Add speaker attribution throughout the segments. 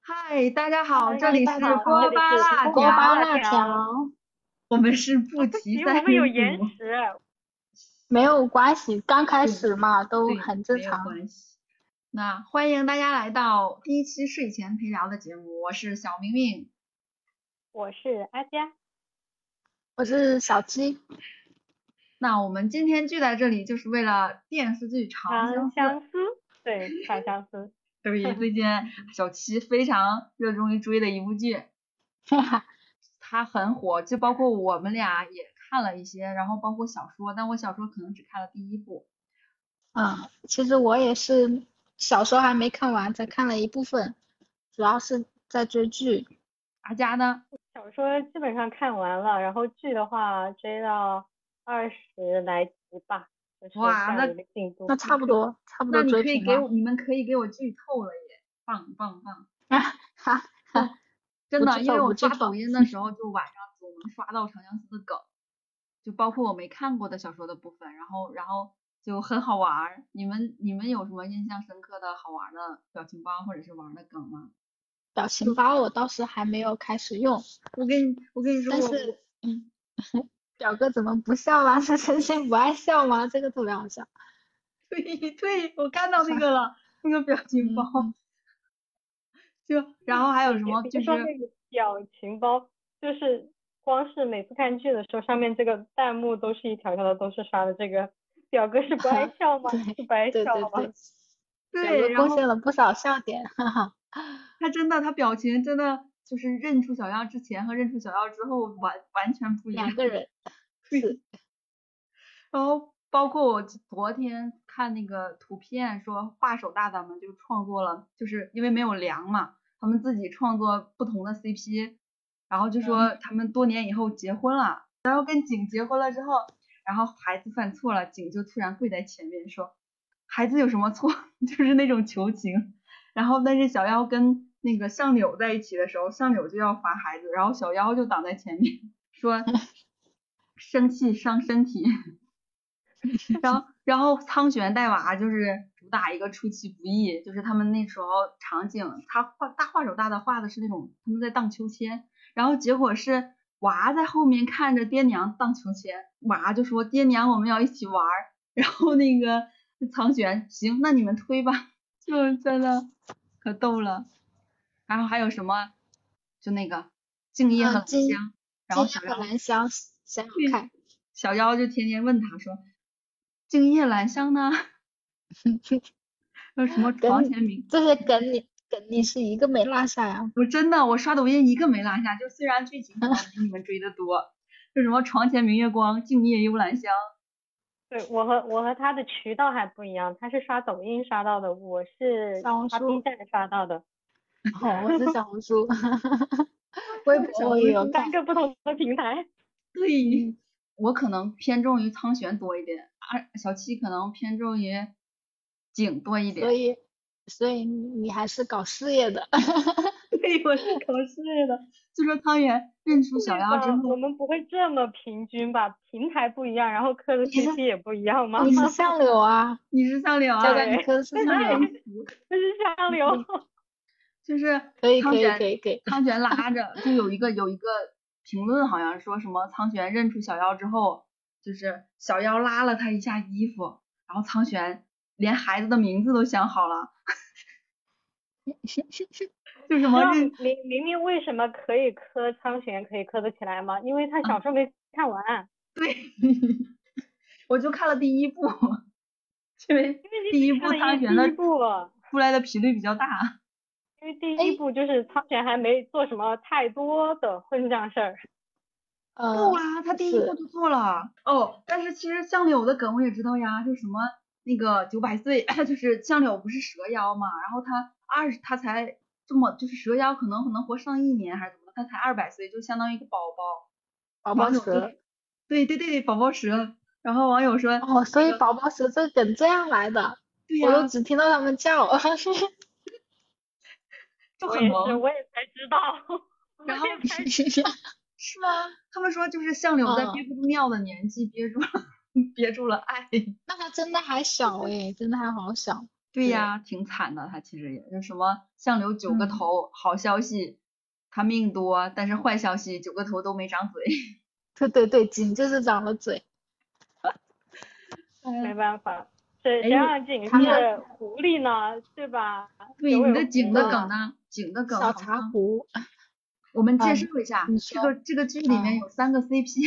Speaker 1: 嗨，大家好，
Speaker 2: 嗨
Speaker 1: 这里
Speaker 2: 大
Speaker 1: 是
Speaker 2: 家好
Speaker 1: 锅
Speaker 2: 这里
Speaker 1: 巴
Speaker 2: 是
Speaker 1: 辣
Speaker 2: 锅
Speaker 1: 条，
Speaker 2: 巴辣条，
Speaker 1: 我们是 不提
Speaker 2: 因为
Speaker 1: 三
Speaker 2: 我们有
Speaker 1: 五
Speaker 2: 延迟，
Speaker 3: 没有关系，刚开始嘛，
Speaker 1: 嗯
Speaker 3: 都
Speaker 1: 对
Speaker 3: 很正
Speaker 1: 没有
Speaker 3: 常。
Speaker 1: 关系。那欢迎大家来到第一期睡前陪聊的节目，我是小明明。
Speaker 2: 我是阿佳，
Speaker 3: 我是小七，
Speaker 1: 那我们今天聚在这里，就是为了电视剧《长
Speaker 2: 长
Speaker 1: 相思》。
Speaker 2: 呃相思，对，长相思，
Speaker 1: 对，最近小七非常热衷于追的一部剧，
Speaker 3: 哈哈，
Speaker 1: 它很火，就包括我们俩也看了一些，然后包括小说，但我小说可能只看了第一部。
Speaker 3: 嗯，其实我也是小说还没看完，才看了一部分，主要是在追剧。
Speaker 1: 阿佳呢？
Speaker 2: 小说基本上看完了，然后剧的话追到二十来集吧，就是
Speaker 1: 哇
Speaker 2: 这
Speaker 1: 那
Speaker 2: 样一个进度
Speaker 3: 那。差不多，差不
Speaker 1: 哦那
Speaker 3: 多
Speaker 1: 你
Speaker 3: 追
Speaker 1: 可以
Speaker 3: 平
Speaker 1: 给
Speaker 3: 了
Speaker 1: 我，。你们可以给我剧透了耶！棒棒棒！
Speaker 3: 哈，
Speaker 1: 真
Speaker 3: 不
Speaker 1: 的，
Speaker 3: 剧
Speaker 1: 因为
Speaker 3: 透
Speaker 1: 我
Speaker 3: 不剧
Speaker 1: 刷抖
Speaker 3: 透
Speaker 1: 音 的时候，就晚上总能刷到长相思的梗，就包括我没看过的小说的部分，然后然后就很好玩儿。你们你们有什么印象深刻的好玩儿的表情包或者是玩儿的梗吗？
Speaker 3: 表
Speaker 1: 嗯
Speaker 3: 情包我倒是还没有开始用，
Speaker 1: 我跟你我跟你说，
Speaker 3: 但
Speaker 1: 我
Speaker 3: 是，嗯，表哥怎么不笑啦？ 是真心不爱笑吗？这个特别好笑。
Speaker 1: 对对，我看 到那个了，那个表情
Speaker 3: 嗯
Speaker 1: 包。 就然后还有什
Speaker 2: 也
Speaker 1: 么
Speaker 2: 别
Speaker 1: 就是
Speaker 2: 嗯说那个表情包，就是光是每次看剧的时候，上面这个弹幕都是一条条的，都是刷的这个。表哥是不 爱笑吗？
Speaker 3: 对
Speaker 2: 是不爱
Speaker 3: 对
Speaker 2: 笑
Speaker 3: 对
Speaker 2: 吗？
Speaker 3: 对，
Speaker 1: 对，
Speaker 3: 表
Speaker 1: 然
Speaker 3: 哥
Speaker 1: 后
Speaker 3: 贡献了不少笑点，哈哈。
Speaker 1: 他真的，他表情真的就是认出小样之前和认出小样之后完完全不一样
Speaker 3: 两。个人，是，
Speaker 1: 然后包括我昨天看那个图片说，画手大大们就创作了，就是因为没有粮嘛，他们自己创作不同的 CP，然后就说他们多年以后结婚了，然后跟景结婚了之后，然后孩子犯错了，景就突然跪在前面说，孩子有什么错？ 就是那种求情。然后但是小妖跟那个相柳在一起的时候，相柳就要罚孩子，然后小妖就挡在前面说。生气伤身体，然后，然后苍玄带娃就是主打一个出其不意，就是他们那时候场景，他画大画手大的画的是那种他们在荡秋千，然后结果是娃在后面看着爹娘荡秋千，娃就说爹娘我们要一起玩儿，然后那个苍玄行，那你们推吧，就真的可逗了。然后还有什么，就那个敬业
Speaker 3: 嗯
Speaker 1: 和兰
Speaker 3: 敬
Speaker 1: 香，然后
Speaker 3: 今
Speaker 1: 小
Speaker 3: 天
Speaker 1: 妖
Speaker 3: 很难想想
Speaker 1: 对
Speaker 3: 看。
Speaker 1: 小妖就天天问他说：“敬夜兰香呢？ 有什么
Speaker 3: 跟
Speaker 1: 床前明
Speaker 3: 这些梗你梗你是一个没落下呀？”
Speaker 1: 我真的我刷抖音一个没落下，就虽然剧情可能比你们追的多，就什么床前明月光，静夜幽兰香，
Speaker 2: 对，我和我和他的渠道还不一样，他是刷抖音刷到的，我是
Speaker 3: 小红
Speaker 2: 刷 B
Speaker 3: 书
Speaker 2: 站刷到的。
Speaker 3: 哦，我是小红书， 微
Speaker 1: 小
Speaker 3: 博我
Speaker 1: 红
Speaker 3: 也有
Speaker 1: 书
Speaker 3: 看
Speaker 2: 三。个不同的平台。
Speaker 1: 对，
Speaker 3: 嗯
Speaker 1: 我可能偏重于苍玄多一点，而小七可能偏重于景多一点
Speaker 3: 所。以所以你还是搞事业的，
Speaker 1: 对， 我是考试的。就说汤圆认出小
Speaker 2: 对
Speaker 1: 妖之
Speaker 2: 吧嗯我
Speaker 1: 后，
Speaker 2: 们不会这么平均吧？平台不一样，然后磕的
Speaker 3: 你是
Speaker 2: CP 也不一样吗？
Speaker 3: 你是相柳 啊，
Speaker 1: 你是相柳
Speaker 3: 佳
Speaker 1: 啊
Speaker 3: 佳，你
Speaker 2: 哎
Speaker 3: 磕的是
Speaker 2: 对
Speaker 3: 相柳啊，
Speaker 2: 这是下流。
Speaker 1: 就是
Speaker 3: 可以
Speaker 1: 汤
Speaker 3: 可以
Speaker 1: 圆
Speaker 3: 可以可以，
Speaker 1: 苍玄拉着，就有一个有一个评论好像说什么苍玄认出小妖之后，就是小妖拉了他一下衣服，然后苍玄连孩子的名字都想好了，就什
Speaker 2: 知
Speaker 1: 么
Speaker 2: 道
Speaker 1: 认
Speaker 2: 明明明为什么可以磕苍玄可以磕得起来吗？因为
Speaker 1: 嗯
Speaker 2: 他小说没看完，啊
Speaker 1: 我就看了第一部， 因为
Speaker 2: 因为
Speaker 1: 第
Speaker 2: 你
Speaker 1: 一
Speaker 2: 只
Speaker 1: 部
Speaker 2: 看了
Speaker 1: 苍
Speaker 2: 一
Speaker 1: 玄的
Speaker 2: 第一部，
Speaker 1: 出来的频率比较大，
Speaker 2: 因为第
Speaker 3: 哎
Speaker 2: 一部就是苍玄还没做什么太多的混账事儿。
Speaker 1: 不
Speaker 3: 呃，
Speaker 1: 啊，他第一
Speaker 3: 是
Speaker 1: 部就做了哦。但是其实相柳的梗我也知道呀，就是什么那个九百岁， 就是相柳不是蛇妖嘛，然后他二十他才这么就是蛇妖可能可能活上一年还是怎么的，他才二百岁，就相当于一个宝宝。
Speaker 3: 宝
Speaker 1: 网友
Speaker 3: 宝
Speaker 1: 就
Speaker 3: 蛇，
Speaker 1: 对对对对，宝宝蛇。然后网友说，
Speaker 3: 哦，所以宝宝蛇这个梗这样来的，
Speaker 1: 对
Speaker 3: 我
Speaker 1: 呀、
Speaker 3: 都只听到他们叫，
Speaker 1: 就
Speaker 2: 我
Speaker 1: 很
Speaker 2: 也是，
Speaker 1: 萌，
Speaker 2: 我也才知道。我
Speaker 1: 然后
Speaker 2: 也才
Speaker 1: 是吗？他们说就是相柳在
Speaker 3: 嗯
Speaker 1: 憋不住尿的 年纪憋住了，憋住了爱。
Speaker 3: 那他真的还小诶，真的还好小，
Speaker 1: 对呀，挺惨的。他其实也就什么相柳九个
Speaker 3: 嗯
Speaker 1: 头，好消息他命多，但是坏消息九个头都没长嘴。
Speaker 3: 对对对，仅就是长了嘴。
Speaker 2: 没办法，谁
Speaker 1: 哎
Speaker 2: 谁
Speaker 1: 你
Speaker 2: 让景
Speaker 3: 他
Speaker 2: 是狐狸呢？对吧？
Speaker 1: 对，
Speaker 2: 九尾
Speaker 1: 你的
Speaker 2: 狐
Speaker 1: 景的
Speaker 2: 嘛
Speaker 1: 梗呢？景的梗
Speaker 3: 小
Speaker 1: 好
Speaker 3: 茶
Speaker 1: 像
Speaker 3: 壶，
Speaker 1: 我们介
Speaker 3: 嗯
Speaker 1: 绍一下
Speaker 3: 你，
Speaker 1: 这
Speaker 3: 说啊
Speaker 1: 个这个剧里面有三个 CP，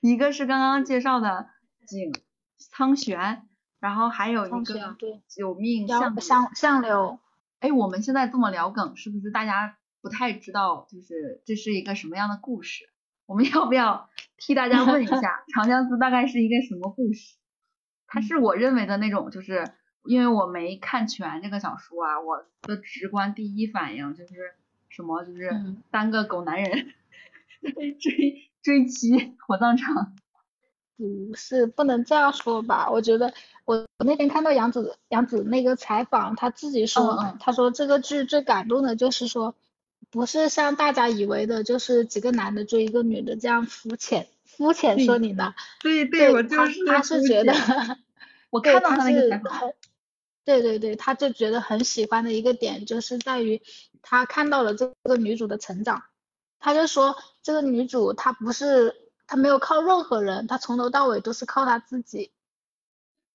Speaker 1: 一个是刚刚介绍的景苍玄，然后还有一
Speaker 3: 同学
Speaker 1: 个
Speaker 3: 啊对，
Speaker 1: 九命相
Speaker 3: 要
Speaker 1: 柳。
Speaker 3: 相相柳，
Speaker 1: 哎，我们现在这么聊梗，是不是大家不太知道，就是这是一个什么样的故事？我们要不要替大家问一下《长相思》大概是一个什么故事？它是我认为的那种，就是因为我没看全这个小说啊，我的直观第一反应就是什么，就是
Speaker 3: 嗯
Speaker 1: 三个狗男人在追追妻火葬场。
Speaker 3: 嗯不是，不能这样说吧？我觉得我我那天看到杨紫杨紫那个采访，她自己说，
Speaker 1: 嗯
Speaker 3: 她说这个剧最感动的就是说，不是像大家以为的，就是几个男的追一个女的这样肤浅肤浅说你呢？
Speaker 1: 嗯对
Speaker 3: 对，
Speaker 1: 我
Speaker 3: 她
Speaker 1: 就是，
Speaker 3: 她是觉得
Speaker 1: 我
Speaker 3: 对，
Speaker 1: 看到
Speaker 3: 她
Speaker 1: 他那个
Speaker 3: 是
Speaker 1: 采访，
Speaker 3: 很对对对，她就觉得很喜欢的一个点就是在于她看到了这个女主的成长。他就说这个女主她不是她没有靠任何人，她从头到尾都是靠她自己。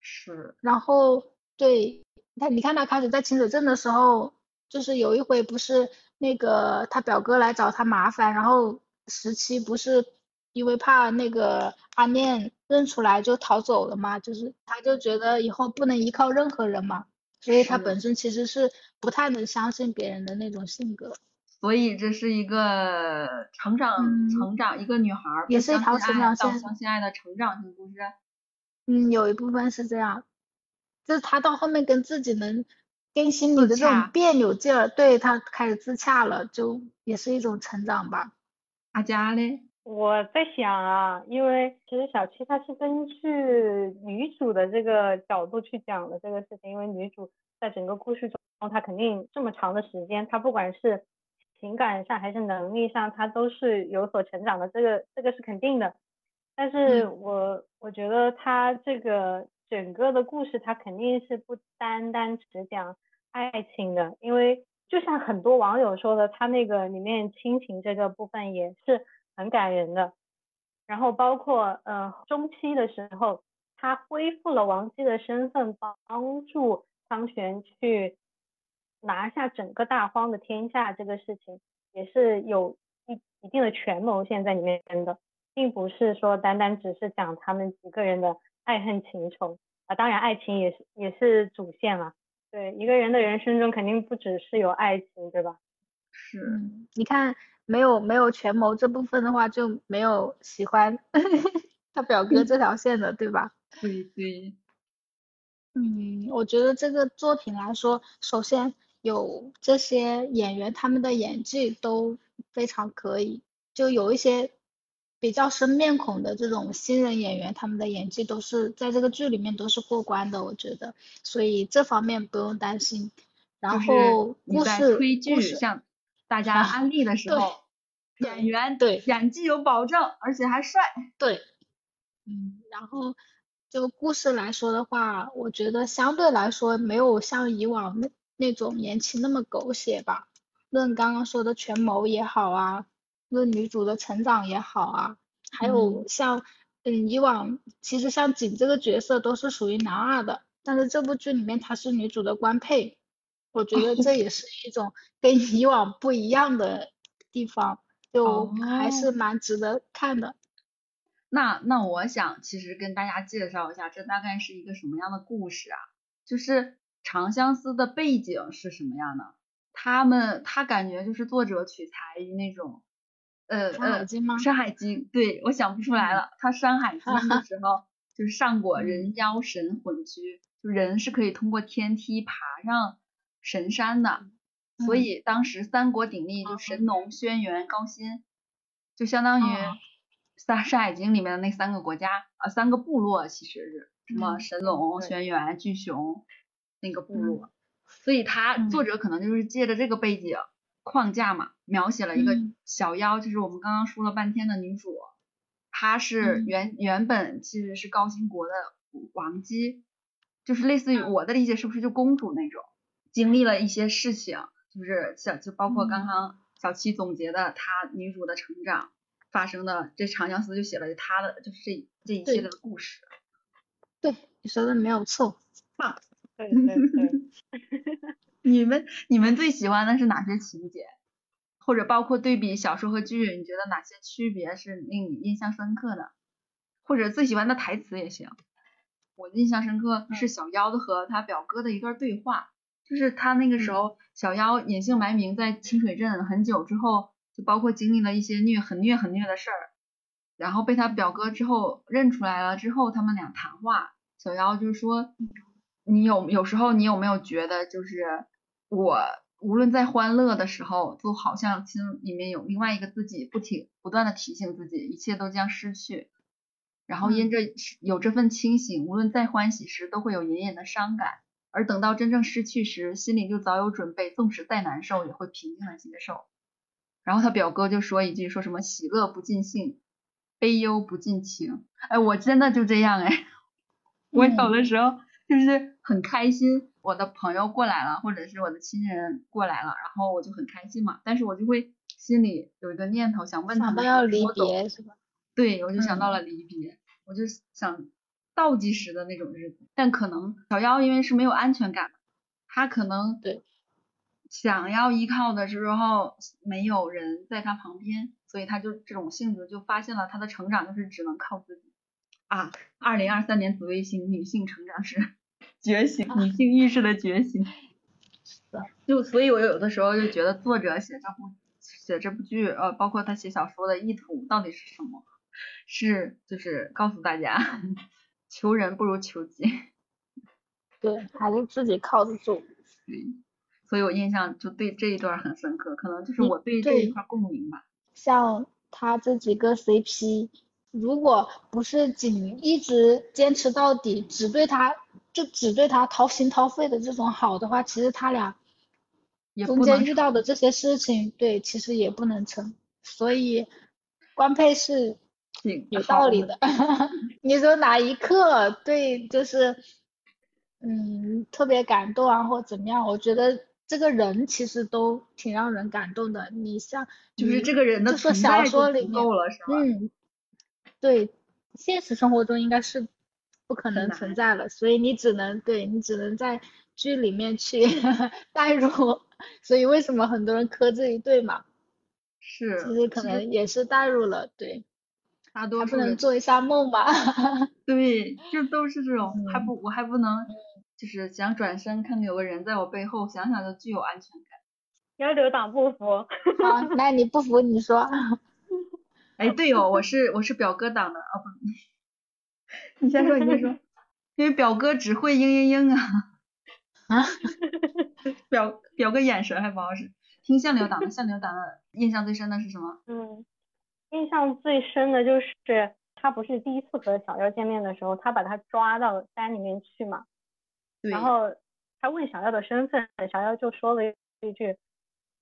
Speaker 1: 是
Speaker 3: 然后对，她你看她开始在清水镇的时候，就是有一回不是那个她表哥来找她麻烦，然后十七不是因为怕那个阿念认出来就逃走了嘛，就是她就觉得以后不能依靠任何人嘛。所以她
Speaker 1: 是
Speaker 3: 本身其实是不太能相信别人的那种性格，
Speaker 1: 所以这是一个成长、
Speaker 3: 嗯
Speaker 1: 成长，一个女孩儿
Speaker 3: 也
Speaker 1: 不
Speaker 3: 是一
Speaker 1: 相
Speaker 3: 条
Speaker 1: 信
Speaker 3: 成
Speaker 1: 爱
Speaker 3: 长
Speaker 1: 到
Speaker 3: 线
Speaker 1: 相信爱的成长性故事。
Speaker 3: 嗯，有一部分是这样，就是他到后面跟自己能跟心里
Speaker 1: 自
Speaker 3: 的这种
Speaker 1: 洽
Speaker 3: 别扭劲儿，对他开始自洽了，就也是一种成长吧。
Speaker 1: 阿佳嘞，
Speaker 2: 我在想啊，因为其实小七她是根据女主的这个角度去讲的这个事情，因为女主在整个故事中，她肯定这么长的时间，她不管是情感上还是能力上，她都是有所成长的，这个这个是肯定的。但是我我觉得她这个整个的故事，她肯定是不单单只讲爱情的，因为就像很多网友说的，他那个里面亲情这个部分也是很感人的。然后包括呃中期的时候，他恢复了王姬的身份，帮助苍玄去拿下整个大荒的天下这个事情，也是有一一定的权谋线在里面的，并不是说单单只是讲他们几个人的爱恨情仇啊，当然爱情也是也是主线了。对，一个人的人生中肯定不只是有爱情，对吧？
Speaker 1: 是
Speaker 3: 嗯，你看没有没有权谋这部分的话，就没有喜欢 他表哥这条线的，对吧？
Speaker 1: 对对，
Speaker 3: 嗯，我觉得这个作品来说，首先有这些演员，他们的演技都非常可以，就有一些比较生面孔的这种新人演员，他们的演技都是在这个剧里面都是过关的，我觉得，所以这方面不用担心。然
Speaker 1: 就是
Speaker 3: 后
Speaker 1: 你
Speaker 3: 故
Speaker 1: 在
Speaker 3: 事
Speaker 1: 推
Speaker 3: 故
Speaker 1: 剧
Speaker 3: 事啊
Speaker 1: 向大家安利的时
Speaker 3: 对
Speaker 1: 候，演员
Speaker 3: 对
Speaker 1: 演技有保证，而且还帅。
Speaker 3: 对，嗯，然后就故事来说的话，我觉得相对来说没有像以往那那种言情那么狗血吧。论刚刚说的权谋也好啊，论女主的成长也好啊，还有像嗯以往其实像景这个角色都是属于男二的，但是这部剧里面她是女主的官配，我觉得这也是一种跟以往不一样的地方，就还是
Speaker 1: 哦
Speaker 3: 蛮值得看的。
Speaker 1: 那那我想其实跟大家介绍一下，这大概是一个什么样的故事啊？就是《长相思》的背景是什么样的？他们他感觉就是作者取材于那种，呃
Speaker 3: 山海
Speaker 1: 呃，
Speaker 3: 经吗
Speaker 1: 山海经，对，我想不出来了。他山海经的 时候就是上过
Speaker 3: 嗯
Speaker 1: 人妖神混居，就人是可以通过天梯爬上神山的，所
Speaker 3: 嗯
Speaker 1: 以当时三国鼎立就神农、轩辕、高辛，就相当于
Speaker 3: 哦
Speaker 1: 三山海经里面的那三个国家啊，三个部落其实是什么
Speaker 3: 嗯
Speaker 1: 神龙、
Speaker 2: 对
Speaker 1: 轩辕、巨熊那个部
Speaker 3: 嗯
Speaker 1: 落，所以他
Speaker 3: 嗯
Speaker 1: 作者可能就是借着这个背景框架嘛，描写了一个
Speaker 3: 嗯
Speaker 1: 小妖，就是我们刚刚说了半天的女主，她是
Speaker 3: 嗯
Speaker 1: 原原本其实是高辛国的王姬，就是类似于
Speaker 3: 嗯
Speaker 1: 我的理解是不是就公主那种，经历了一些事情，就是小就包括
Speaker 3: 嗯
Speaker 1: 刚刚小七总结的她女主的成长发生的，这长相思就写了她的就是这这一系列的故事。
Speaker 3: 对，你说的没有错。
Speaker 2: 对对 对，
Speaker 1: 你们你们最喜欢的是哪些情节？或者包括对比小说和剧，你觉得哪些区别是令你印象深刻的？或者最喜欢的台词也行。我印象深刻是小妖的和他表哥的一段对话，就是他那个时候小妖隐姓埋名在清水镇很久之后，就包括经历了一些虐很虐很虐的事儿，然后被他表哥之后认出来了之后，他们俩谈话，小妖就说你有有时候你有没有觉得就是我无论在欢乐的时候，都好像心里面有另外一个自己，不停不断的提醒自己，一切都将失去。然后因着有这份清醒，无论再欢喜时，都会有隐隐的伤感。而等到真正失去时，心里就早有准备，纵使再难受，也会平静的接受。然后他表哥就说一句，说什么喜乐不尽兴，悲忧不尽情。哎，我真的就这样哎， 我有的时候就是很开心，我的朋友过来了，或者是我的亲人过来了，然后我就很开心嘛。但是我就会心里有一个念头，想问他
Speaker 3: 想
Speaker 1: 们
Speaker 3: 到要
Speaker 1: 我
Speaker 3: 离
Speaker 1: 懂
Speaker 3: 别是吧？
Speaker 1: 对，我就想到
Speaker 3: 嗯
Speaker 1: 了离别，我就想倒计时的那种日子。但可能小妖因为是没有安全感，他可能
Speaker 3: 对
Speaker 1: 想要依靠的时候没有人在他旁边，所以他就这种性格就发现了他的成长就是只能靠自己啊。二零二三年紫微星女性成长是觉醒，女性意识的觉 醒。就所以，我有的时候就觉得作者写这部写这部剧，呃，包括他写小说的意图到底是什么？是就是告诉大家， 求人不如求己。
Speaker 3: 对，还是自己靠得住。
Speaker 1: 对，所以我印象就对这一段很深刻，可能就是
Speaker 3: 嗯
Speaker 1: 我对这一
Speaker 3: 对
Speaker 1: 块共鸣吧。
Speaker 3: 像他这几个 CP，如果不是仅一直坚持到底，只对他就只对他掏心掏肺的这种好的话，其实他俩
Speaker 1: 也
Speaker 3: 中
Speaker 1: 不能
Speaker 3: 间遇到的这些事情，对，其实也不能成。所以官配是
Speaker 1: 挺
Speaker 3: 有
Speaker 1: 好
Speaker 3: 道理的。 你说哪一刻对，就是嗯特别感动啊，或怎么样？我觉得这个人其实都挺让人感动的。你像
Speaker 1: 就是
Speaker 3: 你
Speaker 1: 这个人的
Speaker 3: 嗯就说
Speaker 1: 存
Speaker 3: 小
Speaker 1: 在
Speaker 3: 说
Speaker 1: 就
Speaker 3: 里
Speaker 1: 足
Speaker 3: 面
Speaker 1: 够了，嗯是吧？
Speaker 3: 嗯，对，现实生活中应该是不可
Speaker 1: 很
Speaker 3: 能
Speaker 1: 难
Speaker 3: 存在了，所以你只能，对，你只能在剧里面去 代入，所以为什么很多人磕这一对嘛，
Speaker 1: 是，
Speaker 3: 其实可能也是代入了，对，
Speaker 1: 大
Speaker 3: 还
Speaker 1: 多
Speaker 3: 不
Speaker 1: 数
Speaker 3: 能
Speaker 1: 人
Speaker 3: 做一下梦嘛，
Speaker 1: 对，就都是这种，还
Speaker 3: 嗯
Speaker 1: 不我还不能就是想转身看看有个人在我背后，想想就具有安全感。
Speaker 2: 要留党不服。
Speaker 3: 好，那你不服你说，
Speaker 1: 哎，对哦，我是我是表哥党的啊，不，你先说，你先说，因为表哥只会嘤嘤嘤啊，
Speaker 3: 啊，
Speaker 1: 表表哥眼神还不好使。听相柳党的，相柳党的印象最深的是什么？
Speaker 2: 嗯，印象最深的就是他不是第一次和小妖见面的时候，他把他抓到山里面去嘛，
Speaker 1: 对，
Speaker 2: 然后他问小妖的身份，小妖就说了一句：“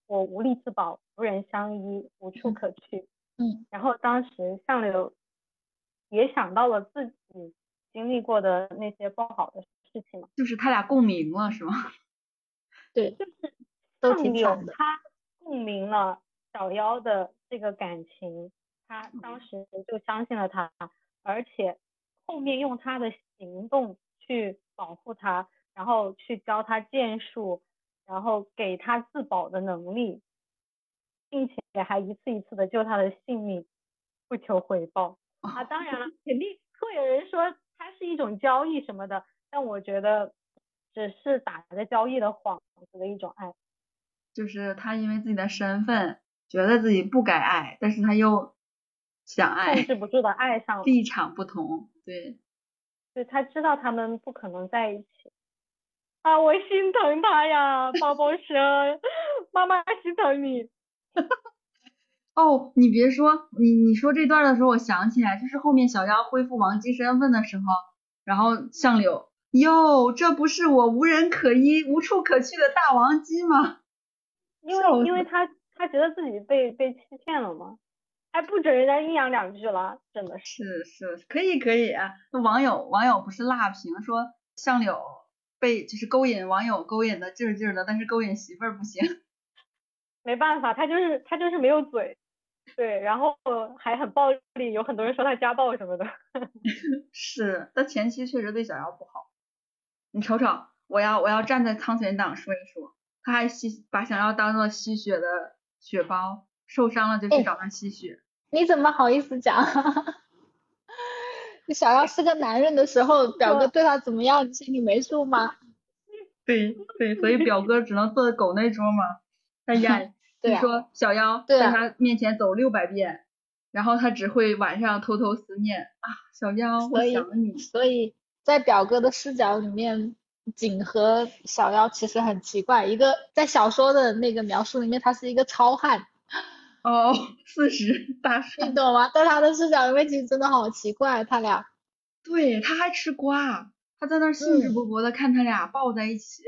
Speaker 2: 我无力自保，无人相依，无处
Speaker 3: 嗯
Speaker 2: 可去。”
Speaker 3: 嗯，
Speaker 2: 然后当时相柳也想到了自己经历过的那些不好的事情嘛，
Speaker 1: 就是他俩共鸣了，是吗？
Speaker 3: 对，都
Speaker 2: 上
Speaker 3: 挺
Speaker 2: 柳
Speaker 3: 惨的，
Speaker 2: 他共鸣了小妖的这个感情，他
Speaker 3: 嗯
Speaker 2: 当时就相信了他，而且后面用他的行动去保护他，然后去教他剑术，然后给他自保的能力，并且还一次一次的救他的性命，不求回报。
Speaker 3: 哦
Speaker 2: 啊，当 然了，肯定会有人说它是一种交易什么的，但我觉得只是打着交易的幌子的一种爱。
Speaker 1: 就是他因为自己的身份，觉得自己不该爱，但是他又想
Speaker 2: 控
Speaker 1: 爱，
Speaker 2: 制不住的爱上了，
Speaker 1: 立场不同，对。
Speaker 2: 对他知道他们不可能在一起。啊，我心疼他呀，包 包生，妈妈心疼你。
Speaker 1: 哦，你别说，你你说这段的时候，我想起来，就是后面小妖恢复王姬身份的时候，然后相柳，哟，这不是我无人可依、无处可去的大王姬吗？
Speaker 2: 因
Speaker 1: 笑
Speaker 2: 为因为
Speaker 1: 死
Speaker 2: 他他觉得自己被被欺骗了嘛，还不准人家阴阳两句了，真的是。
Speaker 1: 是是，可以可以啊。网友网友不是辣评说相柳被就是勾引网友勾引的劲儿劲儿的，但是勾引媳妇儿不行。
Speaker 2: 没办法，他就是他就是没有嘴，对，然后还很暴力，有很多人说他家暴什么的。
Speaker 1: 是，但前期确实对小妖不好。你瞅瞅，我要我要站在苍玄党说一说，他还吸把小妖当做吸血的血包，受伤了就
Speaker 3: 哎
Speaker 1: 去找他吸血。
Speaker 3: 你怎么好意思讲？ 小妖是个男人的时候，表哥对他怎么样，你心里没数吗？
Speaker 1: 对对，所以表哥只能坐狗那桌嘛。 他演，
Speaker 3: 对
Speaker 1: 你
Speaker 3: 啊
Speaker 1: 说小妖
Speaker 3: 对
Speaker 1: 在
Speaker 3: 啊
Speaker 1: 他面前走六百遍，然后他只会晚上偷偷思念啊，小妖，我
Speaker 3: 所以
Speaker 1: 想你。
Speaker 3: 所以在表哥的视角里面，景和小妖其实很奇怪。一个在小说的那个描述里面，他是一个糙汉，
Speaker 1: 哦，四十大
Speaker 3: 你
Speaker 1: 顺，
Speaker 3: 懂吗？在他的视角里面，其实真的好奇怪，他俩。
Speaker 1: 对，他还吃瓜，他在那儿兴致
Speaker 3: 嗯
Speaker 1: 勃勃的看他俩抱在一起。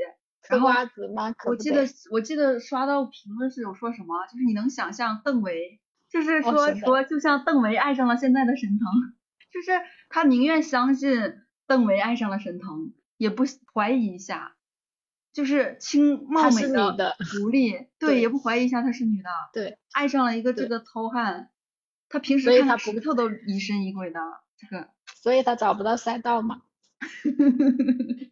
Speaker 3: 嗑
Speaker 1: 然后
Speaker 3: 瓜子吗？可
Speaker 1: 我
Speaker 3: 不
Speaker 1: 记
Speaker 3: 得
Speaker 1: 得我记得刷到评论是有说什么，就是你能想象邓为，就是
Speaker 3: 哦
Speaker 1: 说、
Speaker 3: 是的
Speaker 1: 说就像邓为爱上了现在的沈腾，就是他宁愿相信邓为爱上了沈腾，也不怀疑一下，就是清貌
Speaker 3: 她
Speaker 1: 美
Speaker 3: 是女的
Speaker 1: 狐狸， 对，
Speaker 3: 对
Speaker 1: 也不怀疑一下她是女的，
Speaker 3: 对，
Speaker 1: 爱上了一个这
Speaker 3: 对
Speaker 1: 个糙汉，他平时
Speaker 3: 所以
Speaker 1: 看
Speaker 3: 他
Speaker 1: 石
Speaker 3: 不
Speaker 1: 头都疑神疑鬼的，这个。
Speaker 3: 所以他找不到赛道嘛。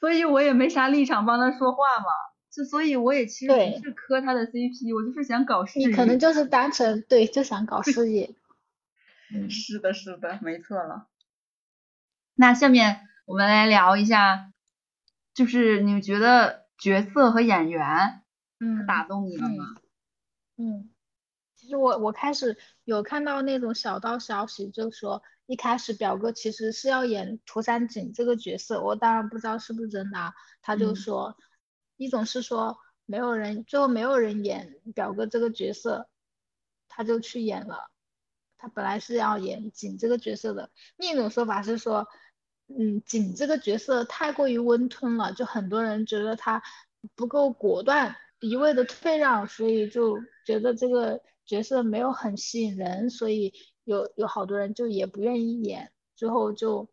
Speaker 1: 所以我也没啥立场帮他说话嘛，就所以我也其实
Speaker 3: 对
Speaker 1: 不是磕他的 CP，我就是想搞事业。
Speaker 3: 你可能就是单纯对就想搞事业。嗯，
Speaker 1: 是的，是的，没错了。那下面我们来聊一下，就是你觉得角色和演员
Speaker 3: 嗯
Speaker 1: 打动你了
Speaker 3: 嗯
Speaker 1: 吗？
Speaker 3: 嗯，其实我我开始有看到那种小道消息，就说一开始表哥其实是要演涂山璟这个角色，我当然不知道是不是真的啊。他就
Speaker 1: 嗯
Speaker 3: 说，一种是说没有人，最后没有人演表哥这个角色，他就去演了。他本来是要演景这个角色的，另一种说法是说，嗯，景这个角色太过于温吞了，就很多人觉得他不够果断，一味的退让，所以就觉得这个角色没有很吸引人，所以有有好多人就也不愿意演，最后就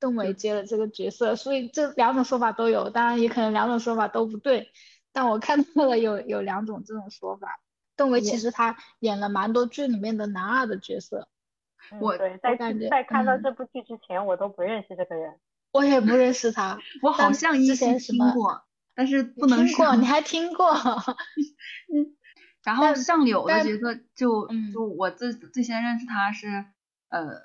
Speaker 3: 邓为接了这个角色，所以这两种说法都有，当然也可能两种说法都不对，但我看到了有有两种这种说法。邓为其实他演了蛮多剧里面的男二的角色，
Speaker 2: 嗯
Speaker 1: 我
Speaker 2: 对，在
Speaker 3: 感觉
Speaker 2: 在看到
Speaker 3: 嗯
Speaker 2: 这部剧之前，我都不认识这个人。
Speaker 3: 我也不认识他，
Speaker 1: 我好
Speaker 3: 但
Speaker 1: 像
Speaker 3: 之
Speaker 1: 依稀
Speaker 3: 前什
Speaker 1: 听
Speaker 3: 么
Speaker 1: 过，但是
Speaker 3: 你
Speaker 1: 不能
Speaker 3: 听过，
Speaker 1: 上
Speaker 3: 你还听过，
Speaker 1: 然后
Speaker 3: 但
Speaker 1: 相柳的
Speaker 3: 但
Speaker 1: 角色就
Speaker 3: 嗯
Speaker 1: 就我最最先认识他是呃《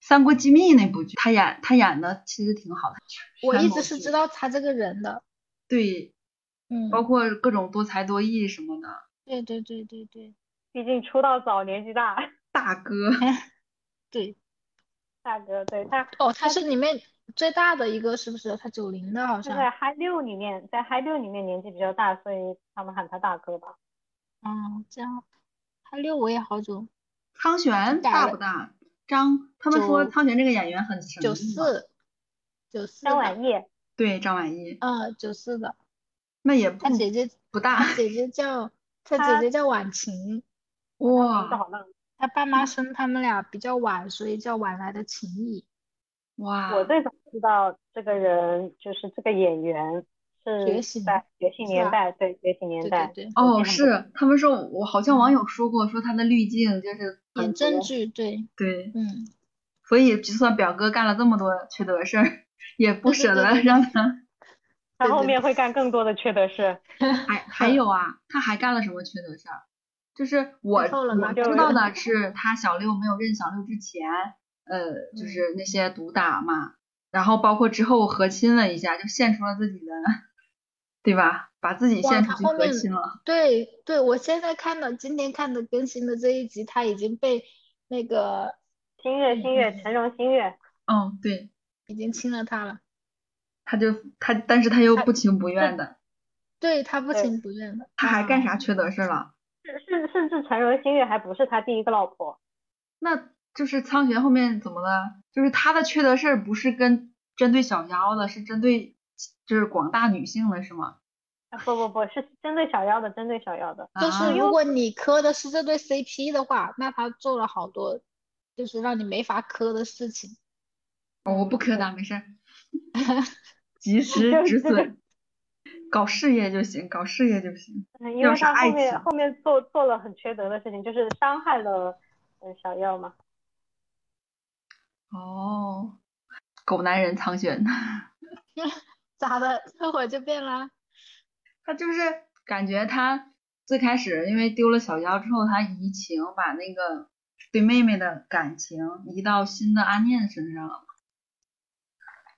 Speaker 1: 三国机密》那部剧，他演他演的其实挺好的。
Speaker 3: 我
Speaker 1: 山
Speaker 3: 一
Speaker 1: 口
Speaker 3: 直是
Speaker 1: 剧
Speaker 3: 知道他这个人的，
Speaker 1: 对，
Speaker 3: 嗯，
Speaker 1: 包括各种多才多艺什么的，
Speaker 3: 对对对对对
Speaker 2: 毕竟出道早，年纪大，
Speaker 1: 大哥
Speaker 3: 对，
Speaker 2: 大哥，对他
Speaker 3: 哦，他是里面最大的一个，是不是？他九零的好
Speaker 2: 他
Speaker 1: 啊
Speaker 3: 像，
Speaker 2: 在嗨六里面，在嗨六里面年纪比较大，所以他们喊他大哥吧。
Speaker 3: 嗯，这样，他六我也好久，
Speaker 1: 汤
Speaker 3: 真
Speaker 1: 玄
Speaker 3: 改
Speaker 1: 大
Speaker 3: 了
Speaker 1: 不大？张他们说
Speaker 3: 九
Speaker 1: 汤玄这个演员很神秘
Speaker 3: 九
Speaker 1: 嘛，
Speaker 3: 四，九四
Speaker 2: 张
Speaker 3: 的，
Speaker 2: 晚意，
Speaker 1: 对张晚意，
Speaker 3: 嗯，九四的，
Speaker 1: 那也不
Speaker 3: 他姐 姐，
Speaker 1: 不 大
Speaker 3: 他姐姐叫，他
Speaker 2: 她
Speaker 3: 姐姐叫婉晴。
Speaker 2: 名字
Speaker 1: 哇
Speaker 2: 好浪。
Speaker 3: 他爸妈生他们俩比较晚，所以叫晚来的情谊。
Speaker 1: 哇，
Speaker 2: 我最早知道这个人就是这个演员
Speaker 3: 觉
Speaker 2: 是
Speaker 3: 醒
Speaker 2: 在觉醒
Speaker 3: 是
Speaker 2: 年
Speaker 3: 吧
Speaker 2: 代，对觉醒年
Speaker 3: 对
Speaker 2: 代
Speaker 3: 对，对，
Speaker 2: 我
Speaker 1: 哦
Speaker 2: 见过
Speaker 1: 是他们说我好像网友说过说他的滤镜就是
Speaker 3: 演
Speaker 1: 很
Speaker 3: 正
Speaker 1: 多
Speaker 3: 剧，对，
Speaker 1: 对。
Speaker 3: 嗯，
Speaker 1: 所以就算表哥干了这么多缺德事儿，也不
Speaker 3: 对对
Speaker 1: 舍
Speaker 3: 对
Speaker 1: 得
Speaker 3: 对
Speaker 1: 让他。
Speaker 2: 他
Speaker 3: 对
Speaker 2: 后
Speaker 3: 对
Speaker 2: 面会干更多的缺德事。
Speaker 1: 还还有
Speaker 3: 嗯
Speaker 1: 啊，他还干了什么缺德事儿？就是我
Speaker 3: 剧透了
Speaker 1: 我
Speaker 3: 吗
Speaker 1: 知
Speaker 2: 就是
Speaker 1: 道的是，他小六没有认小六之前，呃，就
Speaker 3: 嗯
Speaker 1: 是那些毒打嘛，然后包括之后和亲了一下，就献出了自己的，对吧？把自己
Speaker 3: 哇
Speaker 1: 献
Speaker 3: 他
Speaker 1: 出去
Speaker 3: 后
Speaker 1: 和
Speaker 3: 面
Speaker 1: 亲了。
Speaker 3: 对对，我现在看的今天看的更新的这一集，他已经被那个
Speaker 2: 星月，星月，
Speaker 3: 嗯
Speaker 2: 陈荣星月，
Speaker 1: 嗯，对，
Speaker 3: 已经亲了他了，
Speaker 1: 他就他，但是他又
Speaker 3: 他
Speaker 1: 不情不愿的，
Speaker 3: 对啊他不
Speaker 2: 对
Speaker 3: 情不愿的，
Speaker 1: 他还干
Speaker 3: 哇
Speaker 1: 啥缺德事儿了？
Speaker 2: 甚甚甚至陈荣星月还不是他第一个老婆，
Speaker 1: 那就是苍玄后面怎么了？就是他的缺德事儿不是跟针对小妖的，是针对就是广大女性的，是吗？
Speaker 2: 啊不不不是针对小妖的，针对小妖的。
Speaker 3: 就是
Speaker 1: 啊
Speaker 3: 如果你磕的是这对 CP 的话，那他做了好多就是让你没法磕的事情。
Speaker 1: 哦我不磕他，没事儿。及时
Speaker 2: 就
Speaker 1: 止
Speaker 2: 是
Speaker 1: 损，搞事业就行，搞事业就行。
Speaker 2: 嗯因
Speaker 1: 要
Speaker 2: 为
Speaker 1: 是
Speaker 2: 他
Speaker 1: 爱
Speaker 2: 后面
Speaker 1: 情
Speaker 2: 后面做做了很缺德的事情，就是伤害了嗯小耀嘛。
Speaker 1: 哦，狗男人苍玄，
Speaker 3: 咋的？这会儿就变了？
Speaker 1: 他就是感觉他最开始因为丢了小妖之后，他移情把那个对妹妹的感情移到新的阿念身上了，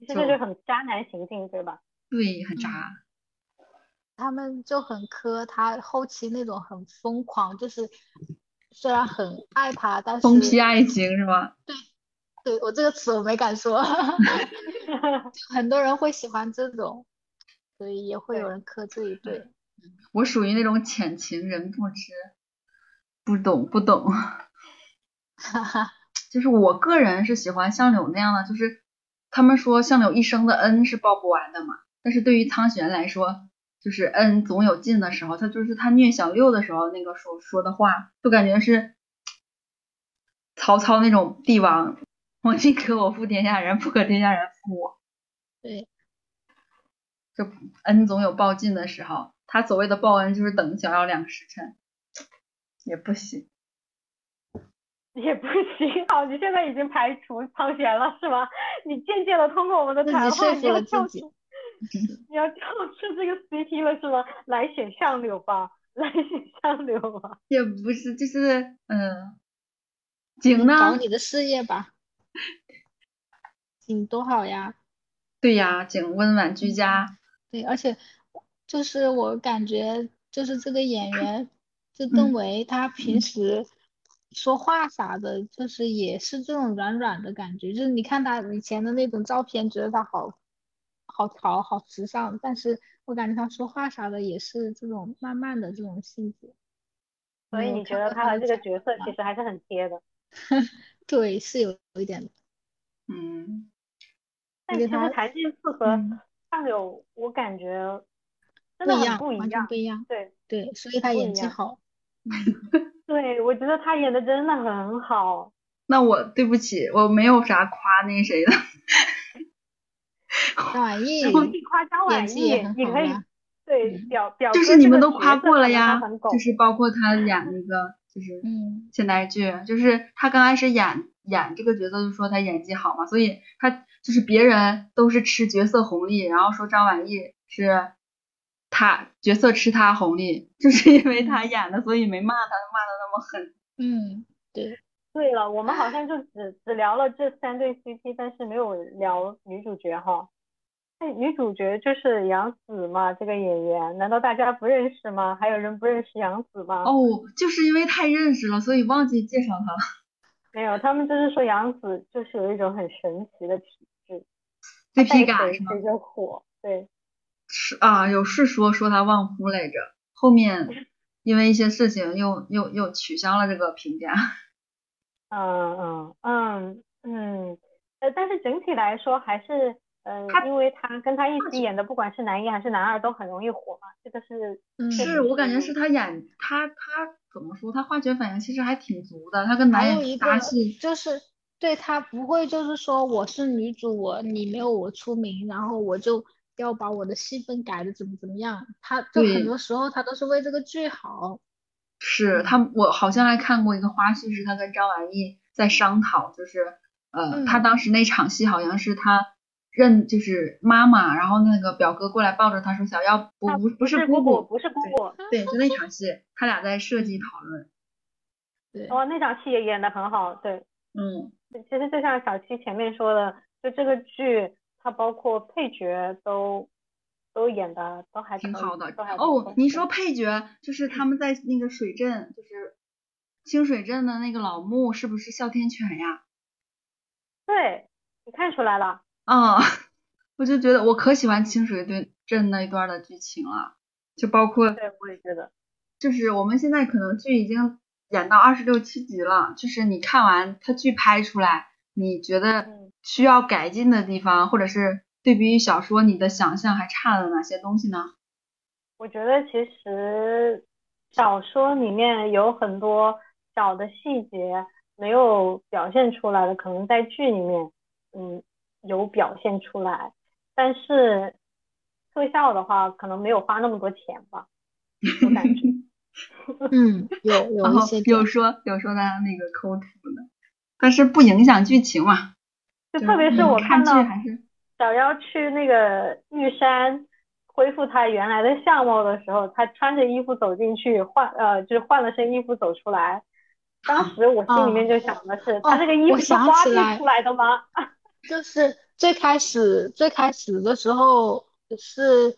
Speaker 2: 其实这
Speaker 1: 就
Speaker 2: 就很渣男行径，对吧？
Speaker 1: 对，很
Speaker 3: 嗯
Speaker 1: 渣。
Speaker 3: 他们就很磕他后期那种很疯狂，就是虽然很爱他，但
Speaker 1: 疯
Speaker 3: 嗯是
Speaker 1: 批啊爱情是吗？
Speaker 3: 对我这个词我没敢 说，很多人会喜欢这种，所以也会有
Speaker 2: 对
Speaker 3: 人磕这一对。
Speaker 1: 我属于那种浅情人不知，不懂不懂。
Speaker 3: 哈哈，
Speaker 1: 就是我个人是喜欢相柳那样的，就是他们说相柳一生的恩是报不完的嘛，但是对于苍玄来说，就是恩总有尽的时候，他就是他虐小六的时候那个说说的话，就感觉是曹操那种帝王，我宁可我负天下人，不可天下人负我。
Speaker 3: 对，
Speaker 1: 就恩总有报尽的时候，他所谓的报恩就是等小妖两个时辰，也不行。
Speaker 2: 也不行，好，你现在已经排除苍玄了，是吗？你渐渐的通过我们的
Speaker 3: 自己
Speaker 2: 谈
Speaker 3: 说
Speaker 2: 话，
Speaker 3: 服
Speaker 2: 你要
Speaker 3: 了自
Speaker 2: 跳
Speaker 3: 己
Speaker 2: 出，你要跳出这个 CP 了，是吗？来选相柳吧，来选相柳吧。
Speaker 1: 也不是，就是嗯，
Speaker 2: 嗯
Speaker 1: 景
Speaker 3: 找
Speaker 1: 呢？
Speaker 3: 你的事业吧，挺多好呀。
Speaker 1: 对呀，景温婉居家，
Speaker 3: 对，而且就是我感觉，就是这个演员，就
Speaker 1: 嗯
Speaker 3: 邓为，他平时说话啥的，就是也是这种软软的感觉。就是你看他以前的那种照片，觉得他好好潮、好时尚，但是我感觉他说话啥的也是这种慢慢的这种性质。
Speaker 2: 所以
Speaker 3: 我
Speaker 2: 你觉得
Speaker 3: 嗯看过
Speaker 2: 他
Speaker 3: 他
Speaker 2: 和这个
Speaker 3: 的采
Speaker 2: 角色
Speaker 3: 访
Speaker 2: 其实还是很贴的，
Speaker 3: 对，是有有一点的。
Speaker 1: 嗯，
Speaker 2: 但
Speaker 3: 觉
Speaker 2: 其
Speaker 3: 得他
Speaker 2: 实谭健次和
Speaker 3: 嗯，
Speaker 2: 相柳，我感觉真
Speaker 3: 不
Speaker 2: 的
Speaker 3: 一
Speaker 2: 很
Speaker 3: 样，
Speaker 2: 不一
Speaker 3: 完全
Speaker 2: 样
Speaker 3: 不。一样。
Speaker 2: 对
Speaker 3: 对，所以他
Speaker 2: 不
Speaker 3: 演
Speaker 2: 一
Speaker 3: 技
Speaker 2: 样
Speaker 3: 好。
Speaker 2: 对，我觉得他演的真的很好。
Speaker 1: 那我对不起，我没有啥夸那谁的，
Speaker 2: 啊
Speaker 3: 张晚意
Speaker 2: 你可以夸张晚
Speaker 3: 演技
Speaker 2: 意，
Speaker 3: 也很
Speaker 2: 也
Speaker 3: 好
Speaker 2: 可以
Speaker 3: 呀。
Speaker 2: 对
Speaker 3: 嗯
Speaker 2: 表表
Speaker 1: 就是
Speaker 2: 哥
Speaker 1: 你
Speaker 2: 这
Speaker 1: 们
Speaker 2: 个
Speaker 1: 都
Speaker 2: 角
Speaker 1: 夸
Speaker 2: 色
Speaker 1: 过了
Speaker 2: 可能
Speaker 1: 呀
Speaker 2: 很，狗
Speaker 1: 就是包括他演那个就是
Speaker 3: 嗯，
Speaker 1: 现代剧，就是他刚开始演演这个角色就说他演技好嘛，所以他就是别人都是吃角色红利，然后说张晚意是他角色吃他红利，就是因为
Speaker 2: 嗯
Speaker 1: 他演的，所以没骂他，骂的那么狠。
Speaker 3: 嗯，对，
Speaker 2: 对了，我们好
Speaker 1: 啊
Speaker 2: 像就只只聊了这三对 CP，但是没有聊女主角哈。那女主角就是杨紫嘛，这个演员，难道大家不认识吗？还有人不认识杨紫吗？
Speaker 1: 哦，就是因为太认识了，所以忘记介绍他了。
Speaker 2: 没有，他们就是说杨紫就是有一种很神奇的体质，她带
Speaker 1: CP 感
Speaker 2: 谁
Speaker 1: 是吗？
Speaker 2: 谁就火。对，
Speaker 1: 是啊，有是说说他忘乎来着，后面因为一些事情又又又取消了这个评价。
Speaker 2: 嗯嗯嗯嗯，呃，但是整体来说还是，嗯、
Speaker 1: 她
Speaker 2: 因为他跟他一
Speaker 1: 她
Speaker 2: 起演的，不管是男一还是男二，都很容易火嘛。这个是
Speaker 3: 嗯，
Speaker 1: 是我感觉是他演他他怎么说，他化学反应其实还挺足的，他跟男
Speaker 3: 还有
Speaker 1: 演
Speaker 3: 一
Speaker 1: 员搭
Speaker 3: 个
Speaker 1: 戏，
Speaker 3: 就是对他不会就是说我是女主，我你没有我出名，然后我就要把我的戏份改的怎么怎么样，他就
Speaker 1: 对
Speaker 3: 很多时候他都是为这个剧好，
Speaker 1: 是他我好像还看过一个花絮，是他跟张晚意在商讨，就是呃、他
Speaker 3: 嗯
Speaker 1: 当时那场戏好像是他。认就是妈妈，然后那个表哥过来抱着他说想要不
Speaker 2: 她
Speaker 1: 不不是姑
Speaker 2: 姑姑，
Speaker 1: 姑，
Speaker 2: 不是姑姑。
Speaker 1: 对，就那场戏，他俩在设计讨论，
Speaker 3: 对，
Speaker 2: 哦，那场戏也演得很好，对。
Speaker 1: 嗯，
Speaker 2: 其实就像小七前面说的，就这个剧，它包括配角都都演的都还
Speaker 1: 挺
Speaker 2: 可以
Speaker 1: 好的
Speaker 2: 都还不
Speaker 1: 哦
Speaker 2: 错。
Speaker 1: 你说配角就是他们在那个水镇，就是清水镇的那个老木，是不是哮天犬呀？
Speaker 2: 对，你看出来了，
Speaker 1: 啊、 我就觉得我可喜欢清水对镇那一段的剧情了，就包括
Speaker 2: 对，我也觉得，
Speaker 1: 就是我们现在可能剧已经演到二十六七集了，就是你看完它剧拍出来，你觉得
Speaker 2: 嗯，
Speaker 1: 需要改进的地方，或者是对比于小说你的想象还差了哪些东西呢？
Speaker 2: 我觉得其实小说里面有很多小的细节没有表现出来的，可能在剧里面，嗯，有表现出来。但是特效的话，可能没有花那么多钱吧，我感觉。
Speaker 3: 嗯，有有
Speaker 1: 然
Speaker 3: 一
Speaker 1: 后
Speaker 3: 些
Speaker 1: 有说有说他那个抠图的，但是不影响剧情嘛。
Speaker 2: 就
Speaker 1: 就
Speaker 2: 特别是
Speaker 1: 嗯
Speaker 2: 我
Speaker 1: 看
Speaker 2: 到
Speaker 1: 剧还是
Speaker 2: 小妖去那个玉山恢复她原来的相貌的时候，她穿着衣服走进去，换呃就是换了身衣服走出来。当时我心里面就想的是，她这个衣
Speaker 3: 哦我
Speaker 2: 服是
Speaker 3: 想
Speaker 2: 花
Speaker 3: 起来
Speaker 2: 臂出来的吗？
Speaker 3: 就是最开始最开始的时候是，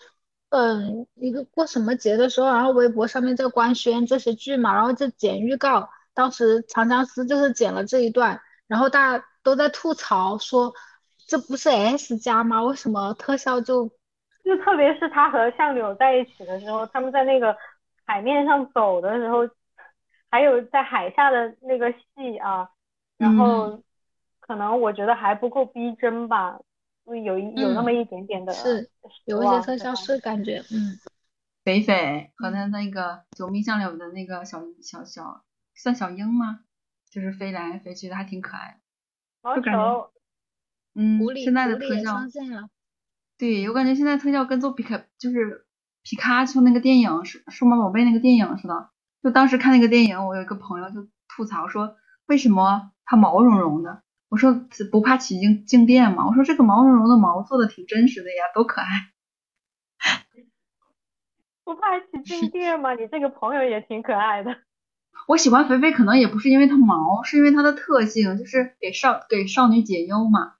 Speaker 3: 嗯，一个过什么节的时候，然后微博上面在官宣这些剧嘛，然后就剪预告，当时长相思就是剪了这一段，然后大家都在吐槽说，这不是 S 加吗？为什么特效就
Speaker 2: 就特别是他和相柳在一起的时候，他们在那个海面上走的时候，还有在海下的那个戏啊，然
Speaker 3: 嗯
Speaker 2: 后可能我觉得还不够逼真吧，就是有一有那么一点点的
Speaker 3: 嗯是
Speaker 2: 失
Speaker 3: 有一些
Speaker 2: 望
Speaker 3: 特
Speaker 2: 对
Speaker 3: 效
Speaker 2: 吧
Speaker 3: 是感觉，嗯，
Speaker 1: 肥肥和他那个九命相柳的那个小小小算小鹰吗？就是飞来飞去的，还挺可爱的。
Speaker 2: 毛
Speaker 1: 就感觉
Speaker 2: 球
Speaker 1: 嗯
Speaker 3: 狐，狸
Speaker 1: 现在
Speaker 3: 狐
Speaker 1: 的
Speaker 3: 狸
Speaker 1: 特
Speaker 3: 也
Speaker 1: 效
Speaker 3: 上线了，
Speaker 1: 对，我感觉现在特效跟做皮卡就是皮卡丘那个电影数数码宝贝那个电影似的。就当时看那个电影，我有一个朋友就吐槽说，为什么它毛茸茸的？我说不怕起静静电吗？我说这个毛茸茸的毛做的挺真实的呀，多可爱！
Speaker 2: 不怕起静电吗？你这个朋友也挺可爱的。
Speaker 1: 我喜欢肥肥，可能也不是因为它毛，是因为它的特性，就是给少给少女解忧嘛。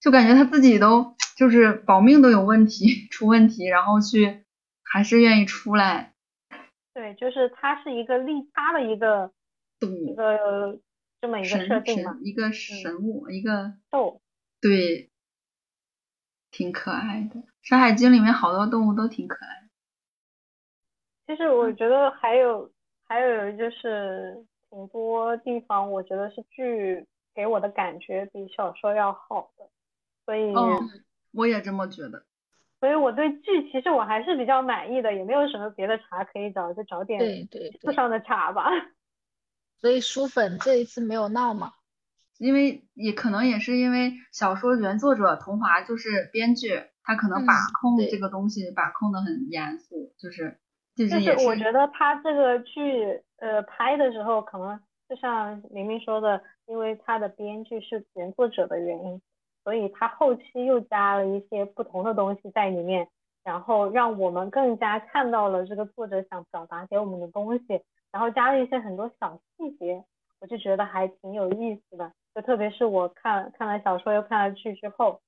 Speaker 1: 就感觉她自己都就是保命都有问题，出问题，然后去还是愿意出来
Speaker 2: 对，就是他是一个利他的一个一
Speaker 1: 赌
Speaker 2: 个这么一个
Speaker 1: 神
Speaker 2: 设定嘛嗯
Speaker 1: 神，一个神物，一个
Speaker 2: 逗。
Speaker 1: 对，挺可爱的。《山海经》里面好多动物都挺可爱的。
Speaker 2: 其
Speaker 1: 嗯
Speaker 2: 实我觉得还有还有就是挺多地方，我觉得是剧给我的感觉比小说要好的，所以
Speaker 1: 哦，我也这么觉得。
Speaker 2: 所以我对剧其实我还是比较满意的，也没有什么别的茶可以找，就找点
Speaker 3: 对对
Speaker 2: 路
Speaker 3: 对，
Speaker 2: 上的茶吧。
Speaker 3: 所以书粉这一次没有闹嘛，
Speaker 1: 因为也可能也是因为小说原作者桐华就是编剧，他可能把
Speaker 3: 嗯
Speaker 1: 控
Speaker 3: 对
Speaker 1: 这个东西把控的很严肃，就是就
Speaker 2: 就是
Speaker 1: 也
Speaker 2: 是我觉得他这个剧呃拍的时候，可能就像明明说的，因为他的编剧是原作者的原因，所以他后期又加了一些不同的东西在里面，然后让我们更加看到了这个作者想表达给我们的东西，然后加了一些很多小细节，我就觉得还挺有意思的。就特别是我看看了小说又看了剧之后，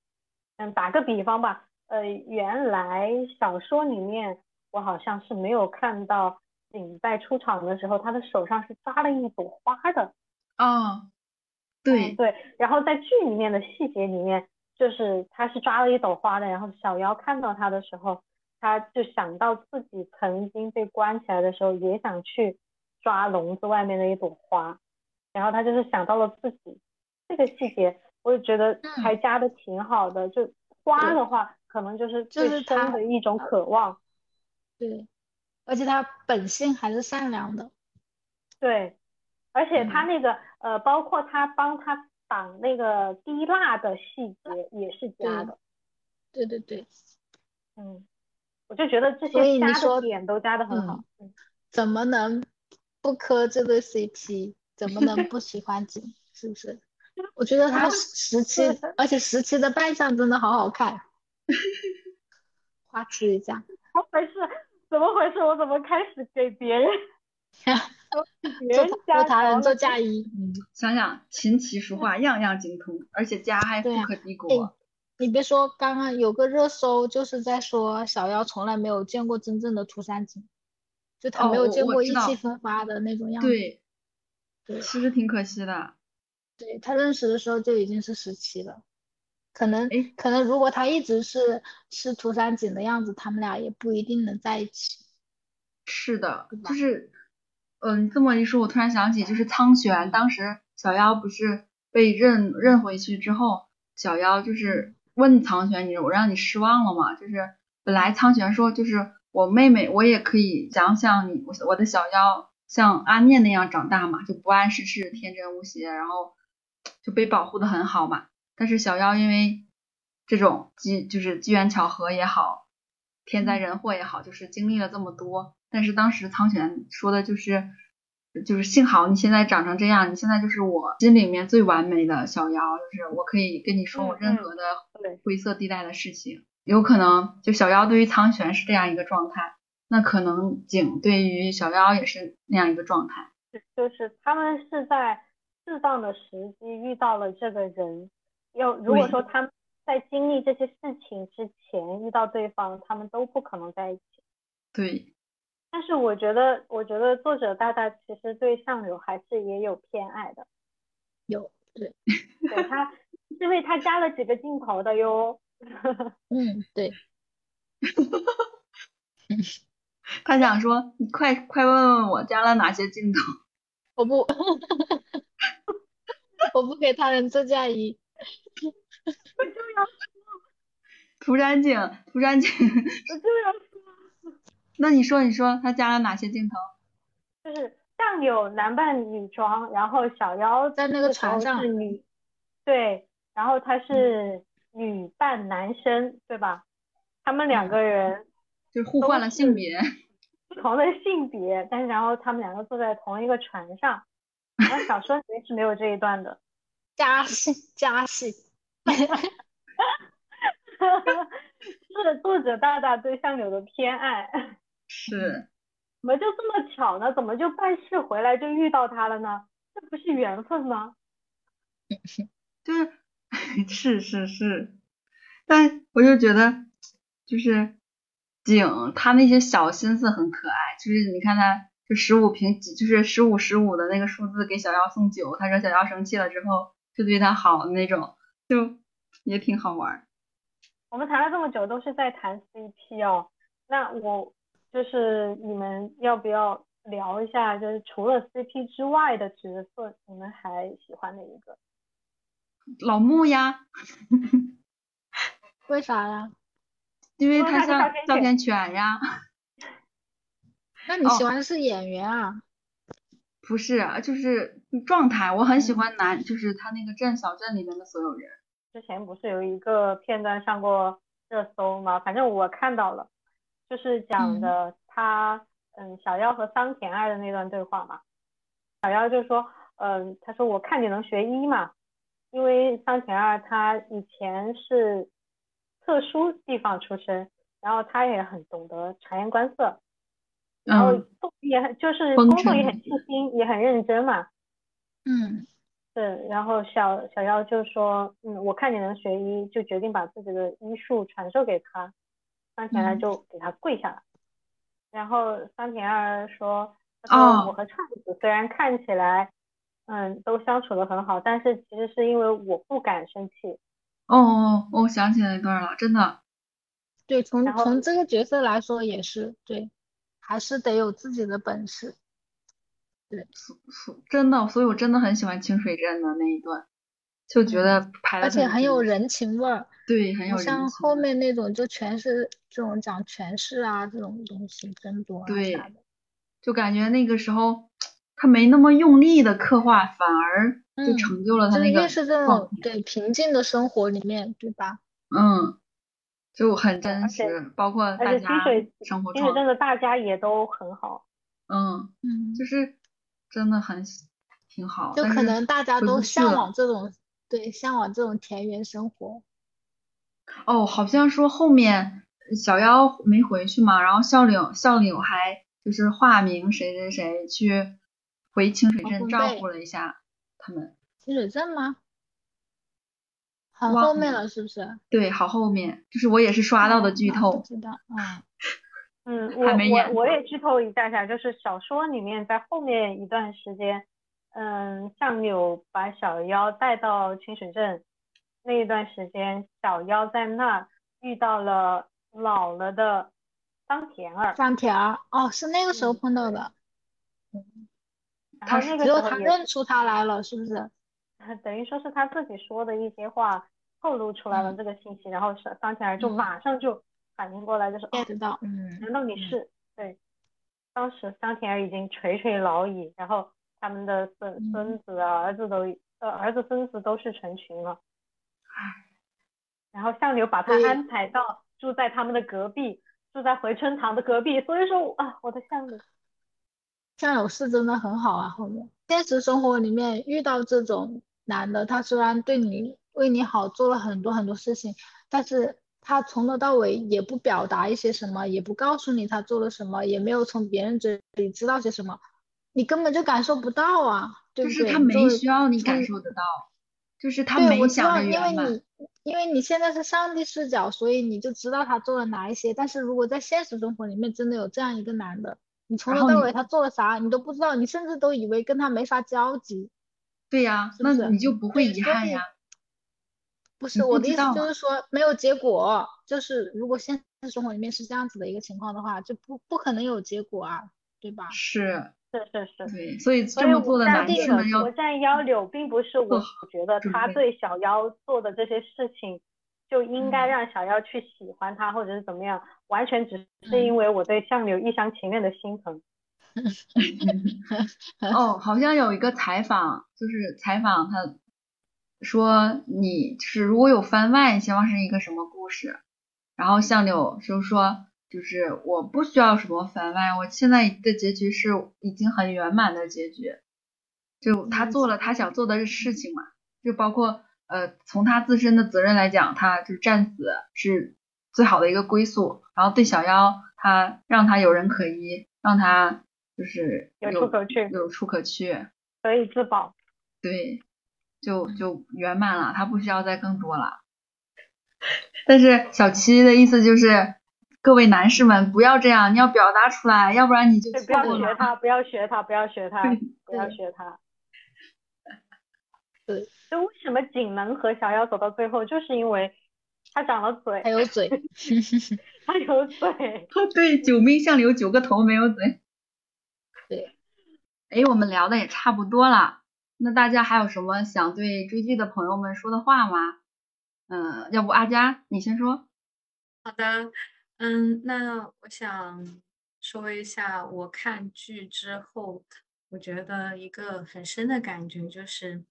Speaker 2: 嗯，打个比方吧，呃，原来小说里面。我好像是没有看到景在出场的时候，他的手上是抓了一朵花的。
Speaker 1: 哦，
Speaker 2: 嗯
Speaker 1: 对，
Speaker 2: 对，然后在剧里面的细节里面，就是他是抓了一朵花的，然后小妖看到他的时候，他就想到自己曾经被关起来的时候，也想去抓笼子外面的一朵花，然后他就是想到了自己这个细节，我就觉得
Speaker 3: 嗯
Speaker 2: 还加的挺好的。就花的话，可能就是对
Speaker 3: 就是
Speaker 2: 生
Speaker 3: 他
Speaker 2: 的一种渴望。
Speaker 3: 对，而且他本性还是善良的。
Speaker 2: 对，而且他
Speaker 3: 嗯
Speaker 2: 那个呃，包括他帮他绑那个滴蜡的细节也是加
Speaker 3: 对
Speaker 2: 的，
Speaker 3: 对对对，
Speaker 2: 嗯，我就觉得这
Speaker 3: 所
Speaker 2: 些
Speaker 3: 以你
Speaker 2: 加的
Speaker 3: 说
Speaker 2: 点都加的很好，嗯，
Speaker 3: 怎么能不磕这对 CP？怎么能不喜欢景？是不是？我觉得他 十七，而且十七的扮相真的好好看，花痴 一下。
Speaker 2: 怎么回事？怎么回事？我怎么开始给别 人别
Speaker 3: 做
Speaker 2: 人
Speaker 3: 塔
Speaker 2: 加
Speaker 3: 做达
Speaker 2: 着
Speaker 3: 人
Speaker 2: 了
Speaker 3: 做嫁衣，
Speaker 1: 嗯，想想琴棋书画
Speaker 2: 嗯
Speaker 1: 样样精通，而且家还
Speaker 3: 对
Speaker 1: 富
Speaker 3: 啊
Speaker 1: 可敌国。
Speaker 3: 哎，你别说，刚刚有个热搜就是在说小妖从来没有见过真正的涂山璟，就他
Speaker 1: 哦
Speaker 3: 没有
Speaker 1: 我
Speaker 3: 见
Speaker 1: 我
Speaker 3: 过
Speaker 1: 知
Speaker 3: 意
Speaker 1: 道
Speaker 3: 气风发的那种样子。
Speaker 1: 对，
Speaker 2: 啊
Speaker 3: 对
Speaker 1: 其实挺可惜的。
Speaker 3: 对，他认识的时候就已经是十七了，可能
Speaker 1: 哎，
Speaker 3: 可能如果他一直是是涂山璟的样子，他们俩也不一定能在一起，
Speaker 1: 是的
Speaker 3: 对，吧
Speaker 1: 就是，嗯，这么一说，我突然想起，就是苍玄当时小妖不是被认认回去之后，小妖就是问苍玄，你我让你失望了吗？就是本来苍玄说，就是我妹妹，我也可以想像你，我我的小妖像阿念那样长大嘛，就不谙世事，天真无邪，然后就被保护的很好嘛。但是小妖因为这种机就是机缘巧合也好，天
Speaker 2: 嗯
Speaker 1: 灾人祸也好，就是经历了这么多。但是当时苍玄说的就是，就是幸好你现在长成这样，你现在就是我心里面最完美的小妖，就是我可以跟你说我
Speaker 2: 嗯
Speaker 1: 任
Speaker 2: 嗯
Speaker 1: 何的
Speaker 2: 对
Speaker 1: 灰色地带的事情。有可能就小妖对于苍玄是这样一个状态，那可能景对于小妖也是那样一个状态。
Speaker 2: 就是他们是在适当的时机遇到了这个人。要如果
Speaker 1: 对
Speaker 2: 说他们在经历这些事情之前遇到对方，他们都不可能在一起。
Speaker 1: 对，
Speaker 2: 但是我觉得，我觉得作者大大其实对上流还是也有偏爱的，
Speaker 3: 有，
Speaker 2: 对他，因为他加了几个镜头的哟。
Speaker 3: 嗯，对，
Speaker 1: 他想说，你快快问问我加了哪些镜头。
Speaker 3: 我不， 我不给他人自驾仪，
Speaker 1: 涂山璟，涂山璟，
Speaker 2: 我就要
Speaker 1: 那你说，你说他加了哪些镜头？
Speaker 2: 就是上有男扮女装，然后小妖
Speaker 3: 在那个
Speaker 2: 这时候
Speaker 3: 船上嗯
Speaker 2: 是女，对，然后她是女扮男生，对吧？他们
Speaker 3: 嗯
Speaker 2: 两个人
Speaker 1: 就是互换了性别，
Speaker 2: 不同的性别，但是然后他们两个坐在同一个船上。然后小说里面是没有这一段的，
Speaker 3: 加戏加 戏，
Speaker 2: 是作者大大对相柳的偏爱。
Speaker 1: 是
Speaker 2: 怎么就这么巧呢？怎么就办事回来就遇到他了呢？这不是缘分吗？
Speaker 1: 就是 是是是，但我就觉得就是景他那些小心思很可爱，就是你看他就十五平几，就是十五十五的那个数字给小妖送酒，他说小妖生气了之后就对他好的那种，就也挺好玩儿。
Speaker 2: 我们谈了这么久都是在谈 CP 哦，那我就是你们要不要聊一下，就是除了 CP 之外的角色，你们还喜欢哪一个？
Speaker 1: 老木呀，
Speaker 3: 为啥呀？
Speaker 1: 因为
Speaker 2: 因为
Speaker 1: 他
Speaker 2: 哦他是
Speaker 1: 像
Speaker 2: 哮天
Speaker 1: 哮
Speaker 2: 犬
Speaker 1: 天犬呀，
Speaker 3: 那你
Speaker 2: 哦
Speaker 3: 喜欢的是演员啊？
Speaker 1: 不是啊，就是状态。我很喜
Speaker 2: 嗯
Speaker 1: 欢男，就是他那个镇小镇里面的所有人。
Speaker 2: 之前不是有一个片段上过热搜吗？反正我看到了，就是讲
Speaker 1: 嗯
Speaker 2: 的他，嗯，小妖和桑田爱的那段对话嘛。小妖就说，嗯，他说我看你能学医嘛，因为桑田爱他以前是特殊地方出身，然后他也很懂得察言观色，然后
Speaker 1: 嗯，
Speaker 2: 做也很就是
Speaker 1: 风
Speaker 2: 工作
Speaker 1: 尘
Speaker 2: 也
Speaker 1: 仆
Speaker 2: 很细心，也很认真嘛。
Speaker 3: 嗯
Speaker 2: 是，然后小小妖就说，嗯，我看你能学医，就决定把自己的医术传授给他。桑田爱
Speaker 3: 嗯
Speaker 2: 就给他跪下来，然后桑田爱说，他
Speaker 1: 哦
Speaker 2: 说我和串子虽然看起来，嗯，都相处的很好，但是其实是因为我不敢生气。
Speaker 1: 哦哦，哦我想起来一段了，真的。
Speaker 3: 对，从
Speaker 2: 然后
Speaker 3: 从这个角色来说也是，对，还是得有自己的本事。
Speaker 1: 所真的，所以我真的很喜欢清水镇的那一段，就觉得拍的
Speaker 3: 嗯而且很有，人情味儿，
Speaker 1: 对，很有
Speaker 3: 不
Speaker 1: 人
Speaker 3: 像
Speaker 1: 情
Speaker 3: 后
Speaker 1: 味
Speaker 3: 面那种就全是这种讲权势啊这种东西争夺啊
Speaker 1: 对
Speaker 3: 啥的。
Speaker 1: 就感觉那个时候他没那么用力的刻画，反而就
Speaker 3: 嗯
Speaker 1: 成就了他
Speaker 3: 就是
Speaker 1: 那个
Speaker 3: 越是这
Speaker 1: 状
Speaker 3: 种
Speaker 1: 态
Speaker 3: 对平静的生活里面，对吧？
Speaker 1: 嗯，就很真
Speaker 2: 而且
Speaker 1: 实，包括
Speaker 2: 而
Speaker 1: 大
Speaker 2: 且清
Speaker 1: 家
Speaker 2: 水
Speaker 1: 生活
Speaker 2: 清水
Speaker 1: 状
Speaker 2: 镇
Speaker 1: 态，
Speaker 2: 的大家也都很好，
Speaker 1: 嗯，
Speaker 3: 嗯，
Speaker 1: 就是真的很挺好，
Speaker 3: 就
Speaker 1: 但
Speaker 3: 可
Speaker 1: 是
Speaker 3: 能大家
Speaker 1: 回
Speaker 3: 都
Speaker 1: 不去
Speaker 3: 向
Speaker 1: 了
Speaker 3: 往这种，对，向往这种田园生活。
Speaker 1: 哦，好像说后面小妖没回去嘛，然后校柳校柳还就是化名谁谁谁去回清水
Speaker 3: 黄
Speaker 1: 镇
Speaker 3: 昏
Speaker 1: 照
Speaker 3: 被
Speaker 1: 顾了一下他们。
Speaker 3: 清水镇吗？很
Speaker 1: 忘
Speaker 3: 后面
Speaker 1: 了
Speaker 3: 了，是不是？
Speaker 1: 对，好后面就是我也是刷到的剧
Speaker 3: 啊
Speaker 1: 透
Speaker 3: 不，知道，
Speaker 2: 嗯，
Speaker 3: 嗯，
Speaker 1: 还
Speaker 2: 我
Speaker 1: 没演
Speaker 2: 我我也剧透一下下，就是小说里面在后面一段时间，嗯，相柳把小妖带到清水镇那一段时间，小妖在那儿遇到了老了的桑田儿，
Speaker 3: 桑田儿，哦，是那个时候
Speaker 2: 嗯
Speaker 3: 碰到的，
Speaker 2: 然
Speaker 1: 他
Speaker 2: 后
Speaker 1: 是
Speaker 2: 那个
Speaker 3: 只有
Speaker 2: 时候
Speaker 3: 他
Speaker 2: 也哦
Speaker 3: 认出他来了，是不是？
Speaker 2: 等于说是他自己说的一些话透露出来了
Speaker 3: 嗯
Speaker 2: 这个信息，然后桑桑田儿就
Speaker 3: 嗯
Speaker 2: 马上就反应过来，就是哦，
Speaker 3: get 到，嗯，
Speaker 2: 难道你
Speaker 3: 嗯
Speaker 2: 是？对，当时桑田儿已经垂垂老矣，然后他们的孙孙子啊、儿子都呃儿子孙子都是成群了，然后相柳把他
Speaker 3: 对
Speaker 2: 安排到住在他们的隔壁，住在回春堂的隔壁，所以说我啊，我的相柳，
Speaker 3: 战友是真的很好啊。后面现实生活里面遇到这种男的，他虽然对你为你好，做了很多很多事情，但是他从头到尾也不表达一些什么，也不告诉你他做了什么，也没有从别人嘴里知道些什么，你根本就感受不到啊，对
Speaker 1: 就
Speaker 3: 不
Speaker 1: 是
Speaker 3: 对？
Speaker 1: 他
Speaker 3: 你作
Speaker 1: 没
Speaker 3: 为
Speaker 1: 需要你感
Speaker 3: 嗯
Speaker 1: 受得到，就是他
Speaker 3: 对，
Speaker 1: 没
Speaker 3: 我知
Speaker 1: 想
Speaker 3: 道，
Speaker 1: 着
Speaker 3: 因为
Speaker 1: 圆满。
Speaker 3: 你因为你现在是上帝视角，所以你就知道他做了哪一些。但是如果在现实生活里面真的有这样一个男的，你从
Speaker 1: 然
Speaker 3: 头
Speaker 1: 后
Speaker 3: 到
Speaker 1: 你
Speaker 3: 尾他做了啥你都不知道，你甚至都以为跟他没啥交集，
Speaker 1: 对呀，
Speaker 3: 是不
Speaker 1: 那
Speaker 3: 是？
Speaker 1: 你就不会遗
Speaker 3: 对，所
Speaker 1: 憾
Speaker 3: 以
Speaker 1: 呀。
Speaker 3: 不
Speaker 1: 你
Speaker 3: 是
Speaker 1: 不
Speaker 3: 我的
Speaker 1: 知
Speaker 3: 意思，
Speaker 1: 道啊
Speaker 3: 就
Speaker 1: 嘛？
Speaker 3: 是说没有结果，就是如果现实生活里面是这样子的一个情况的话，就不不可能有结果啊，对吧？
Speaker 1: 是，
Speaker 2: 是是是。
Speaker 1: 对，所以
Speaker 2: 所
Speaker 1: 这
Speaker 2: 以
Speaker 1: 么
Speaker 2: 我
Speaker 1: 做的
Speaker 2: 站
Speaker 1: 男
Speaker 2: 定
Speaker 1: 士
Speaker 2: 了
Speaker 1: 们，
Speaker 2: 我
Speaker 1: 要
Speaker 2: 站幺柳，并不是
Speaker 1: 做
Speaker 2: 我
Speaker 1: 好
Speaker 2: 觉得
Speaker 1: 准
Speaker 2: 他
Speaker 1: 备。
Speaker 2: 对小妖做的这些事情就应该
Speaker 3: 嗯
Speaker 2: 让小妖去喜欢他，或者是怎么样，完全只是因
Speaker 3: 嗯，
Speaker 2: 为我对相柳一厢情愿的心疼。
Speaker 1: 哦，好像有一个采访，就是采访他说你是如果有番外，你希望是一个什么故事？然后相柳就说，就是我不需要什么番外，我现在的结局是已经很圆满的结局，就他
Speaker 3: 嗯，
Speaker 1: 做了他想做的事情嘛，就包括呃从他自身的责任来讲，他就是战死是最好的一个归宿，然后对小妖他让他有人可依，让他就是
Speaker 2: 有出
Speaker 1: 有
Speaker 2: 口去，
Speaker 1: 有处可去，
Speaker 2: 可以自保。
Speaker 1: 对，就就圆满了，他不需要再更多了。但是小七的意思就是，各位男士们不要这样，你要表达出来，要不然你就
Speaker 2: 对，不
Speaker 1: 错
Speaker 2: 要
Speaker 1: 过
Speaker 2: 学
Speaker 1: 了。
Speaker 2: 他，不要学他，不要学他，不要
Speaker 3: 对
Speaker 2: 学他。
Speaker 3: 对，
Speaker 2: 所以为什么锦能和小妖走到最后，就是因为他长了嘴
Speaker 3: 还，有嘴。
Speaker 2: 他有嘴。
Speaker 1: 对，九命相柳九个头没有嘴。
Speaker 3: 对，
Speaker 1: 哎，我们聊的也差不多了，那大家还有什么想对追剧的朋友们说的话吗？嗯，要不阿佳你先说。
Speaker 4: 好的，嗯，那我想说一下，我看剧之后，我觉得一个很深的感觉就是，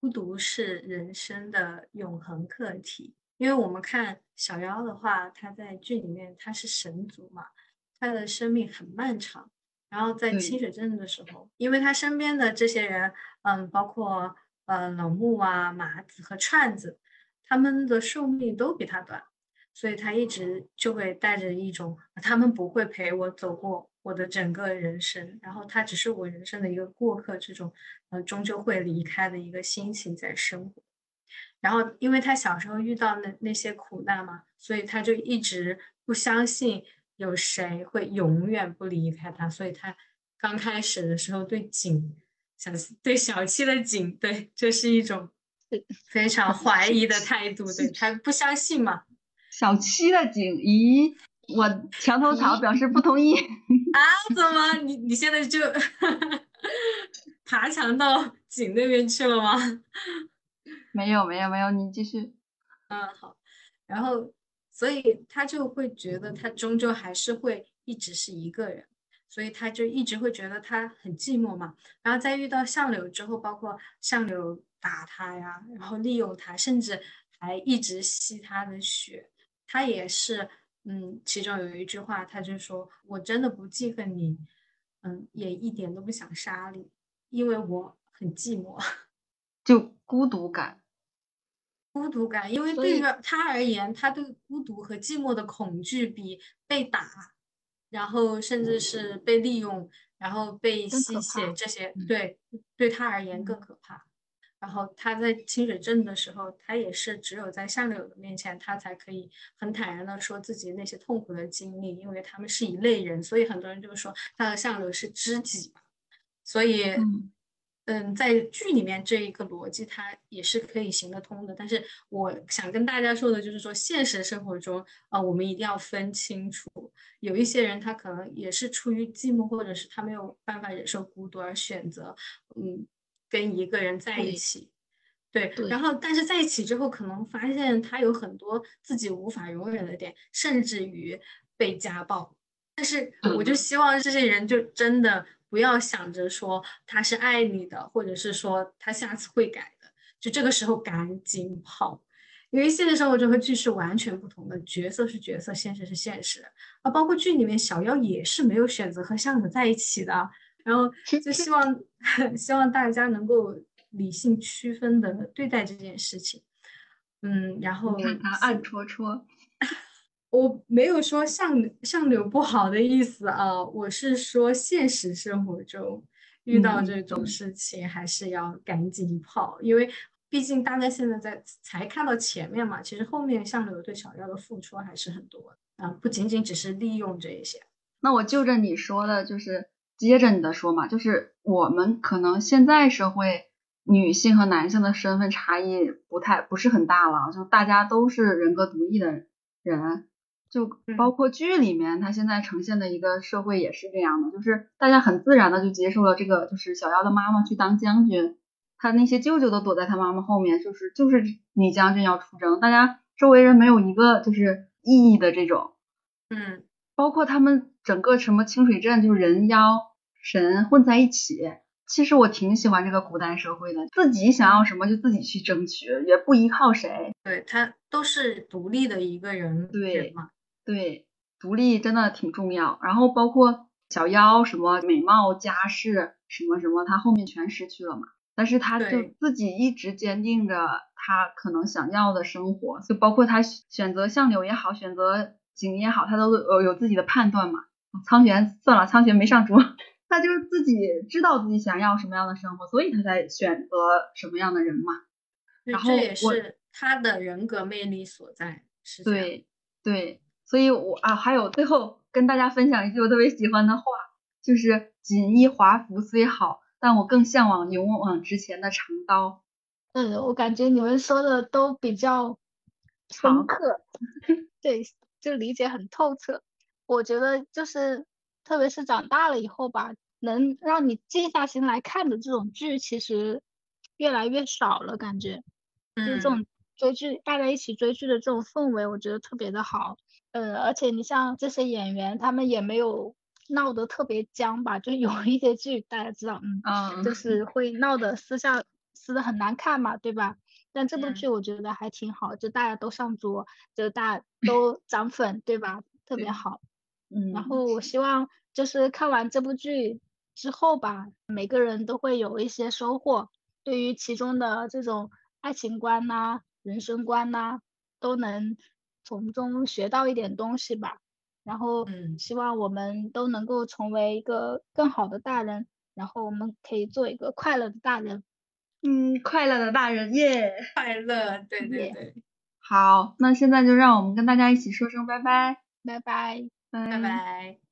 Speaker 4: 孤独是人生的永恒课题。因为我们看小妖的话，她在剧里面她是神族嘛，她的生命很漫长。然后在清
Speaker 1: 对，
Speaker 4: 水镇的时候，因为她身边的这些人，嗯，包括呃冷木啊、麻子和串子，他们的寿命都比她短。所以他一直就会带着一种啊他们不会陪我走过我的整个人生，然后他只是我人生的一个过客，这种呃终究会离开的一个心情在生活。然后，因为他小时候遇到那那些苦难嘛，所以他就一直不相信有谁会永远不离开他，所以他刚开始的时候对景小对小七的景，对，这是一种非常怀疑的态度，对他不相信嘛，
Speaker 1: 小七的景，咦，我墙头草
Speaker 3: 咦，
Speaker 1: 表示不同意。
Speaker 4: 啊，怎么你你现在就 爬墙到井那边去了吗？
Speaker 1: 没有没有没有，你继续。
Speaker 4: 嗯然后，所以他就会觉得他终究还是会一直是一个人，所以他就一直会觉得他很寂寞嘛。然后在遇到相柳之后，包括相柳打他呀，然后利用他，甚至还一直吸他的血，他也是，嗯，其中有一句话，他就说：“我真的不记恨你，嗯，也一点都不想杀你，因为我很寂寞。”
Speaker 1: 就孤独感，
Speaker 4: 孤独感，因为
Speaker 3: 所
Speaker 4: 对于
Speaker 3: 以
Speaker 4: 他而言，他对孤独和寂寞的恐惧比被打，然后甚至是被利用，然后被
Speaker 3: 嗯更
Speaker 4: 吸
Speaker 3: 可
Speaker 4: 血
Speaker 3: 怕。
Speaker 4: 这些，
Speaker 3: 嗯
Speaker 4: 对对他而言
Speaker 3: 嗯。
Speaker 4: 更可怕。然后他在清水镇的时候，他也是只有在相柳的面前，他才可以很坦然的说自己那些痛苦的经历，因为他们是一类人，所以很多人就说他和相柳是知己嘛。所以，
Speaker 1: 嗯，
Speaker 4: 嗯，在剧里面这一个逻辑它也是可以行得通的。但是我想跟大家说的就是说，现实生活中啊、呃我们一定要分清楚，有一些人他可能也是出于寂寞，或者是他没有办法忍受孤独而选择，嗯，跟一个人在一
Speaker 3: 对
Speaker 4: 起。对，
Speaker 3: 对，
Speaker 4: 然后但是在一起之后，可能发现他有很多自己无法容忍的点，甚至于被家暴。但是我就
Speaker 1: 嗯
Speaker 4: 希望这些人就真的不要想着说他是爱你的，或者是说他下次会改的，就这个时候赶紧跑，因为现实生活中和剧是完全不同的，角色是角色，现实是现实啊。包括剧里面小妖也是没有选择和向子在一起的，然后就希望 希望大家能够理性区分的对待这件事情。嗯，然后
Speaker 1: 看他暗戳戳，
Speaker 4: 我没有说相相柳不好的意思啊，我是说现实生活中遇到这种事情还是要赶紧跑，因为毕竟大家现在在才看到前面嘛，其实后面相柳对小夭的付出还是很多的啊，不仅仅只是利用这一些。
Speaker 1: 那我就着你说的，就是接着你的说嘛，就是我们可能现在社会。女性和男性的身份差异不太不是很大了，就大家都是人格独立的人，就包括剧里面他现在呈现的一个社会也是这样的，就是大家很自然的就接受了这个，就是小妖的妈妈去当将军，他那些舅舅都躲在他妈妈后面，就是就是女将军要出征，大家周围人没有一个就是异议的这种，
Speaker 4: 嗯，
Speaker 1: 包括他们整个什么清水镇就是人妖神混在一起。其实我挺喜欢这个古代社会的，自己想要什么就自己去争取，也不依靠谁。
Speaker 4: 对他都是独立的一个人，
Speaker 1: 对
Speaker 4: 嘛，
Speaker 1: 对，独立真的挺重要。然后包括小妖什么美貌、家世什么什么，他后面全失去了嘛。但是他就
Speaker 4: 对
Speaker 1: 自己一直坚定着他可能想要的生活，就包括他选择相柳也好，选择景也好，他都有有自己的判断嘛。苍玄算了，苍玄没上桌。 他就是自己知道自己想要什么样的生活，所以他才选择什么样的人嘛。
Speaker 4: 对
Speaker 1: 然
Speaker 4: 这
Speaker 1: 后
Speaker 4: 也
Speaker 1: 我
Speaker 4: 是他的人格魅力所在，是这样
Speaker 1: 对对，所以我啊，还有最后跟大家分享一句我特别喜欢的话，就是“锦衣华服虽好，但我更向往勇往直前的长刀
Speaker 3: 嗯，我感觉你们说的都比较
Speaker 1: 长
Speaker 3: 深刻，对，就理解很透彻。我觉得就是，特别是长大了以后吧，能让你静下心来看的这种剧，其实越来越少了，感觉。
Speaker 4: 嗯
Speaker 3: 就是这种追剧，大家一起追剧的这种氛围，我觉得特别的好。嗯，而且你像这些演员，他们也没有闹得特别僵吧，就有一些剧大家知道，嗯”。，
Speaker 1: 嗯，
Speaker 3: 就是会闹得私下撕的很难看嘛，对吧？但这部
Speaker 4: 嗯
Speaker 3: 剧我觉得还挺好，就大家都上桌，就大家都涨粉，对吧？特别
Speaker 1: 对
Speaker 3: 好。
Speaker 1: 嗯，
Speaker 3: 然后我希望就是看完这部剧之后吧，每个人都会有一些收获，对于其中的这种爱情观呐、人生观呐、都能从中学到一点东西吧。然后
Speaker 4: 嗯
Speaker 3: 希望我们都能够成为一个更好的大人，然后我们可以做一个快乐的大人。
Speaker 1: 嗯，快乐的大人耶！
Speaker 4: 快乐，对对
Speaker 3: 也
Speaker 4: 对，
Speaker 1: 好，那现在就让我们跟大家一起说声拜拜，
Speaker 3: 拜拜。
Speaker 4: 嗯
Speaker 1: 拜
Speaker 4: 拜拜。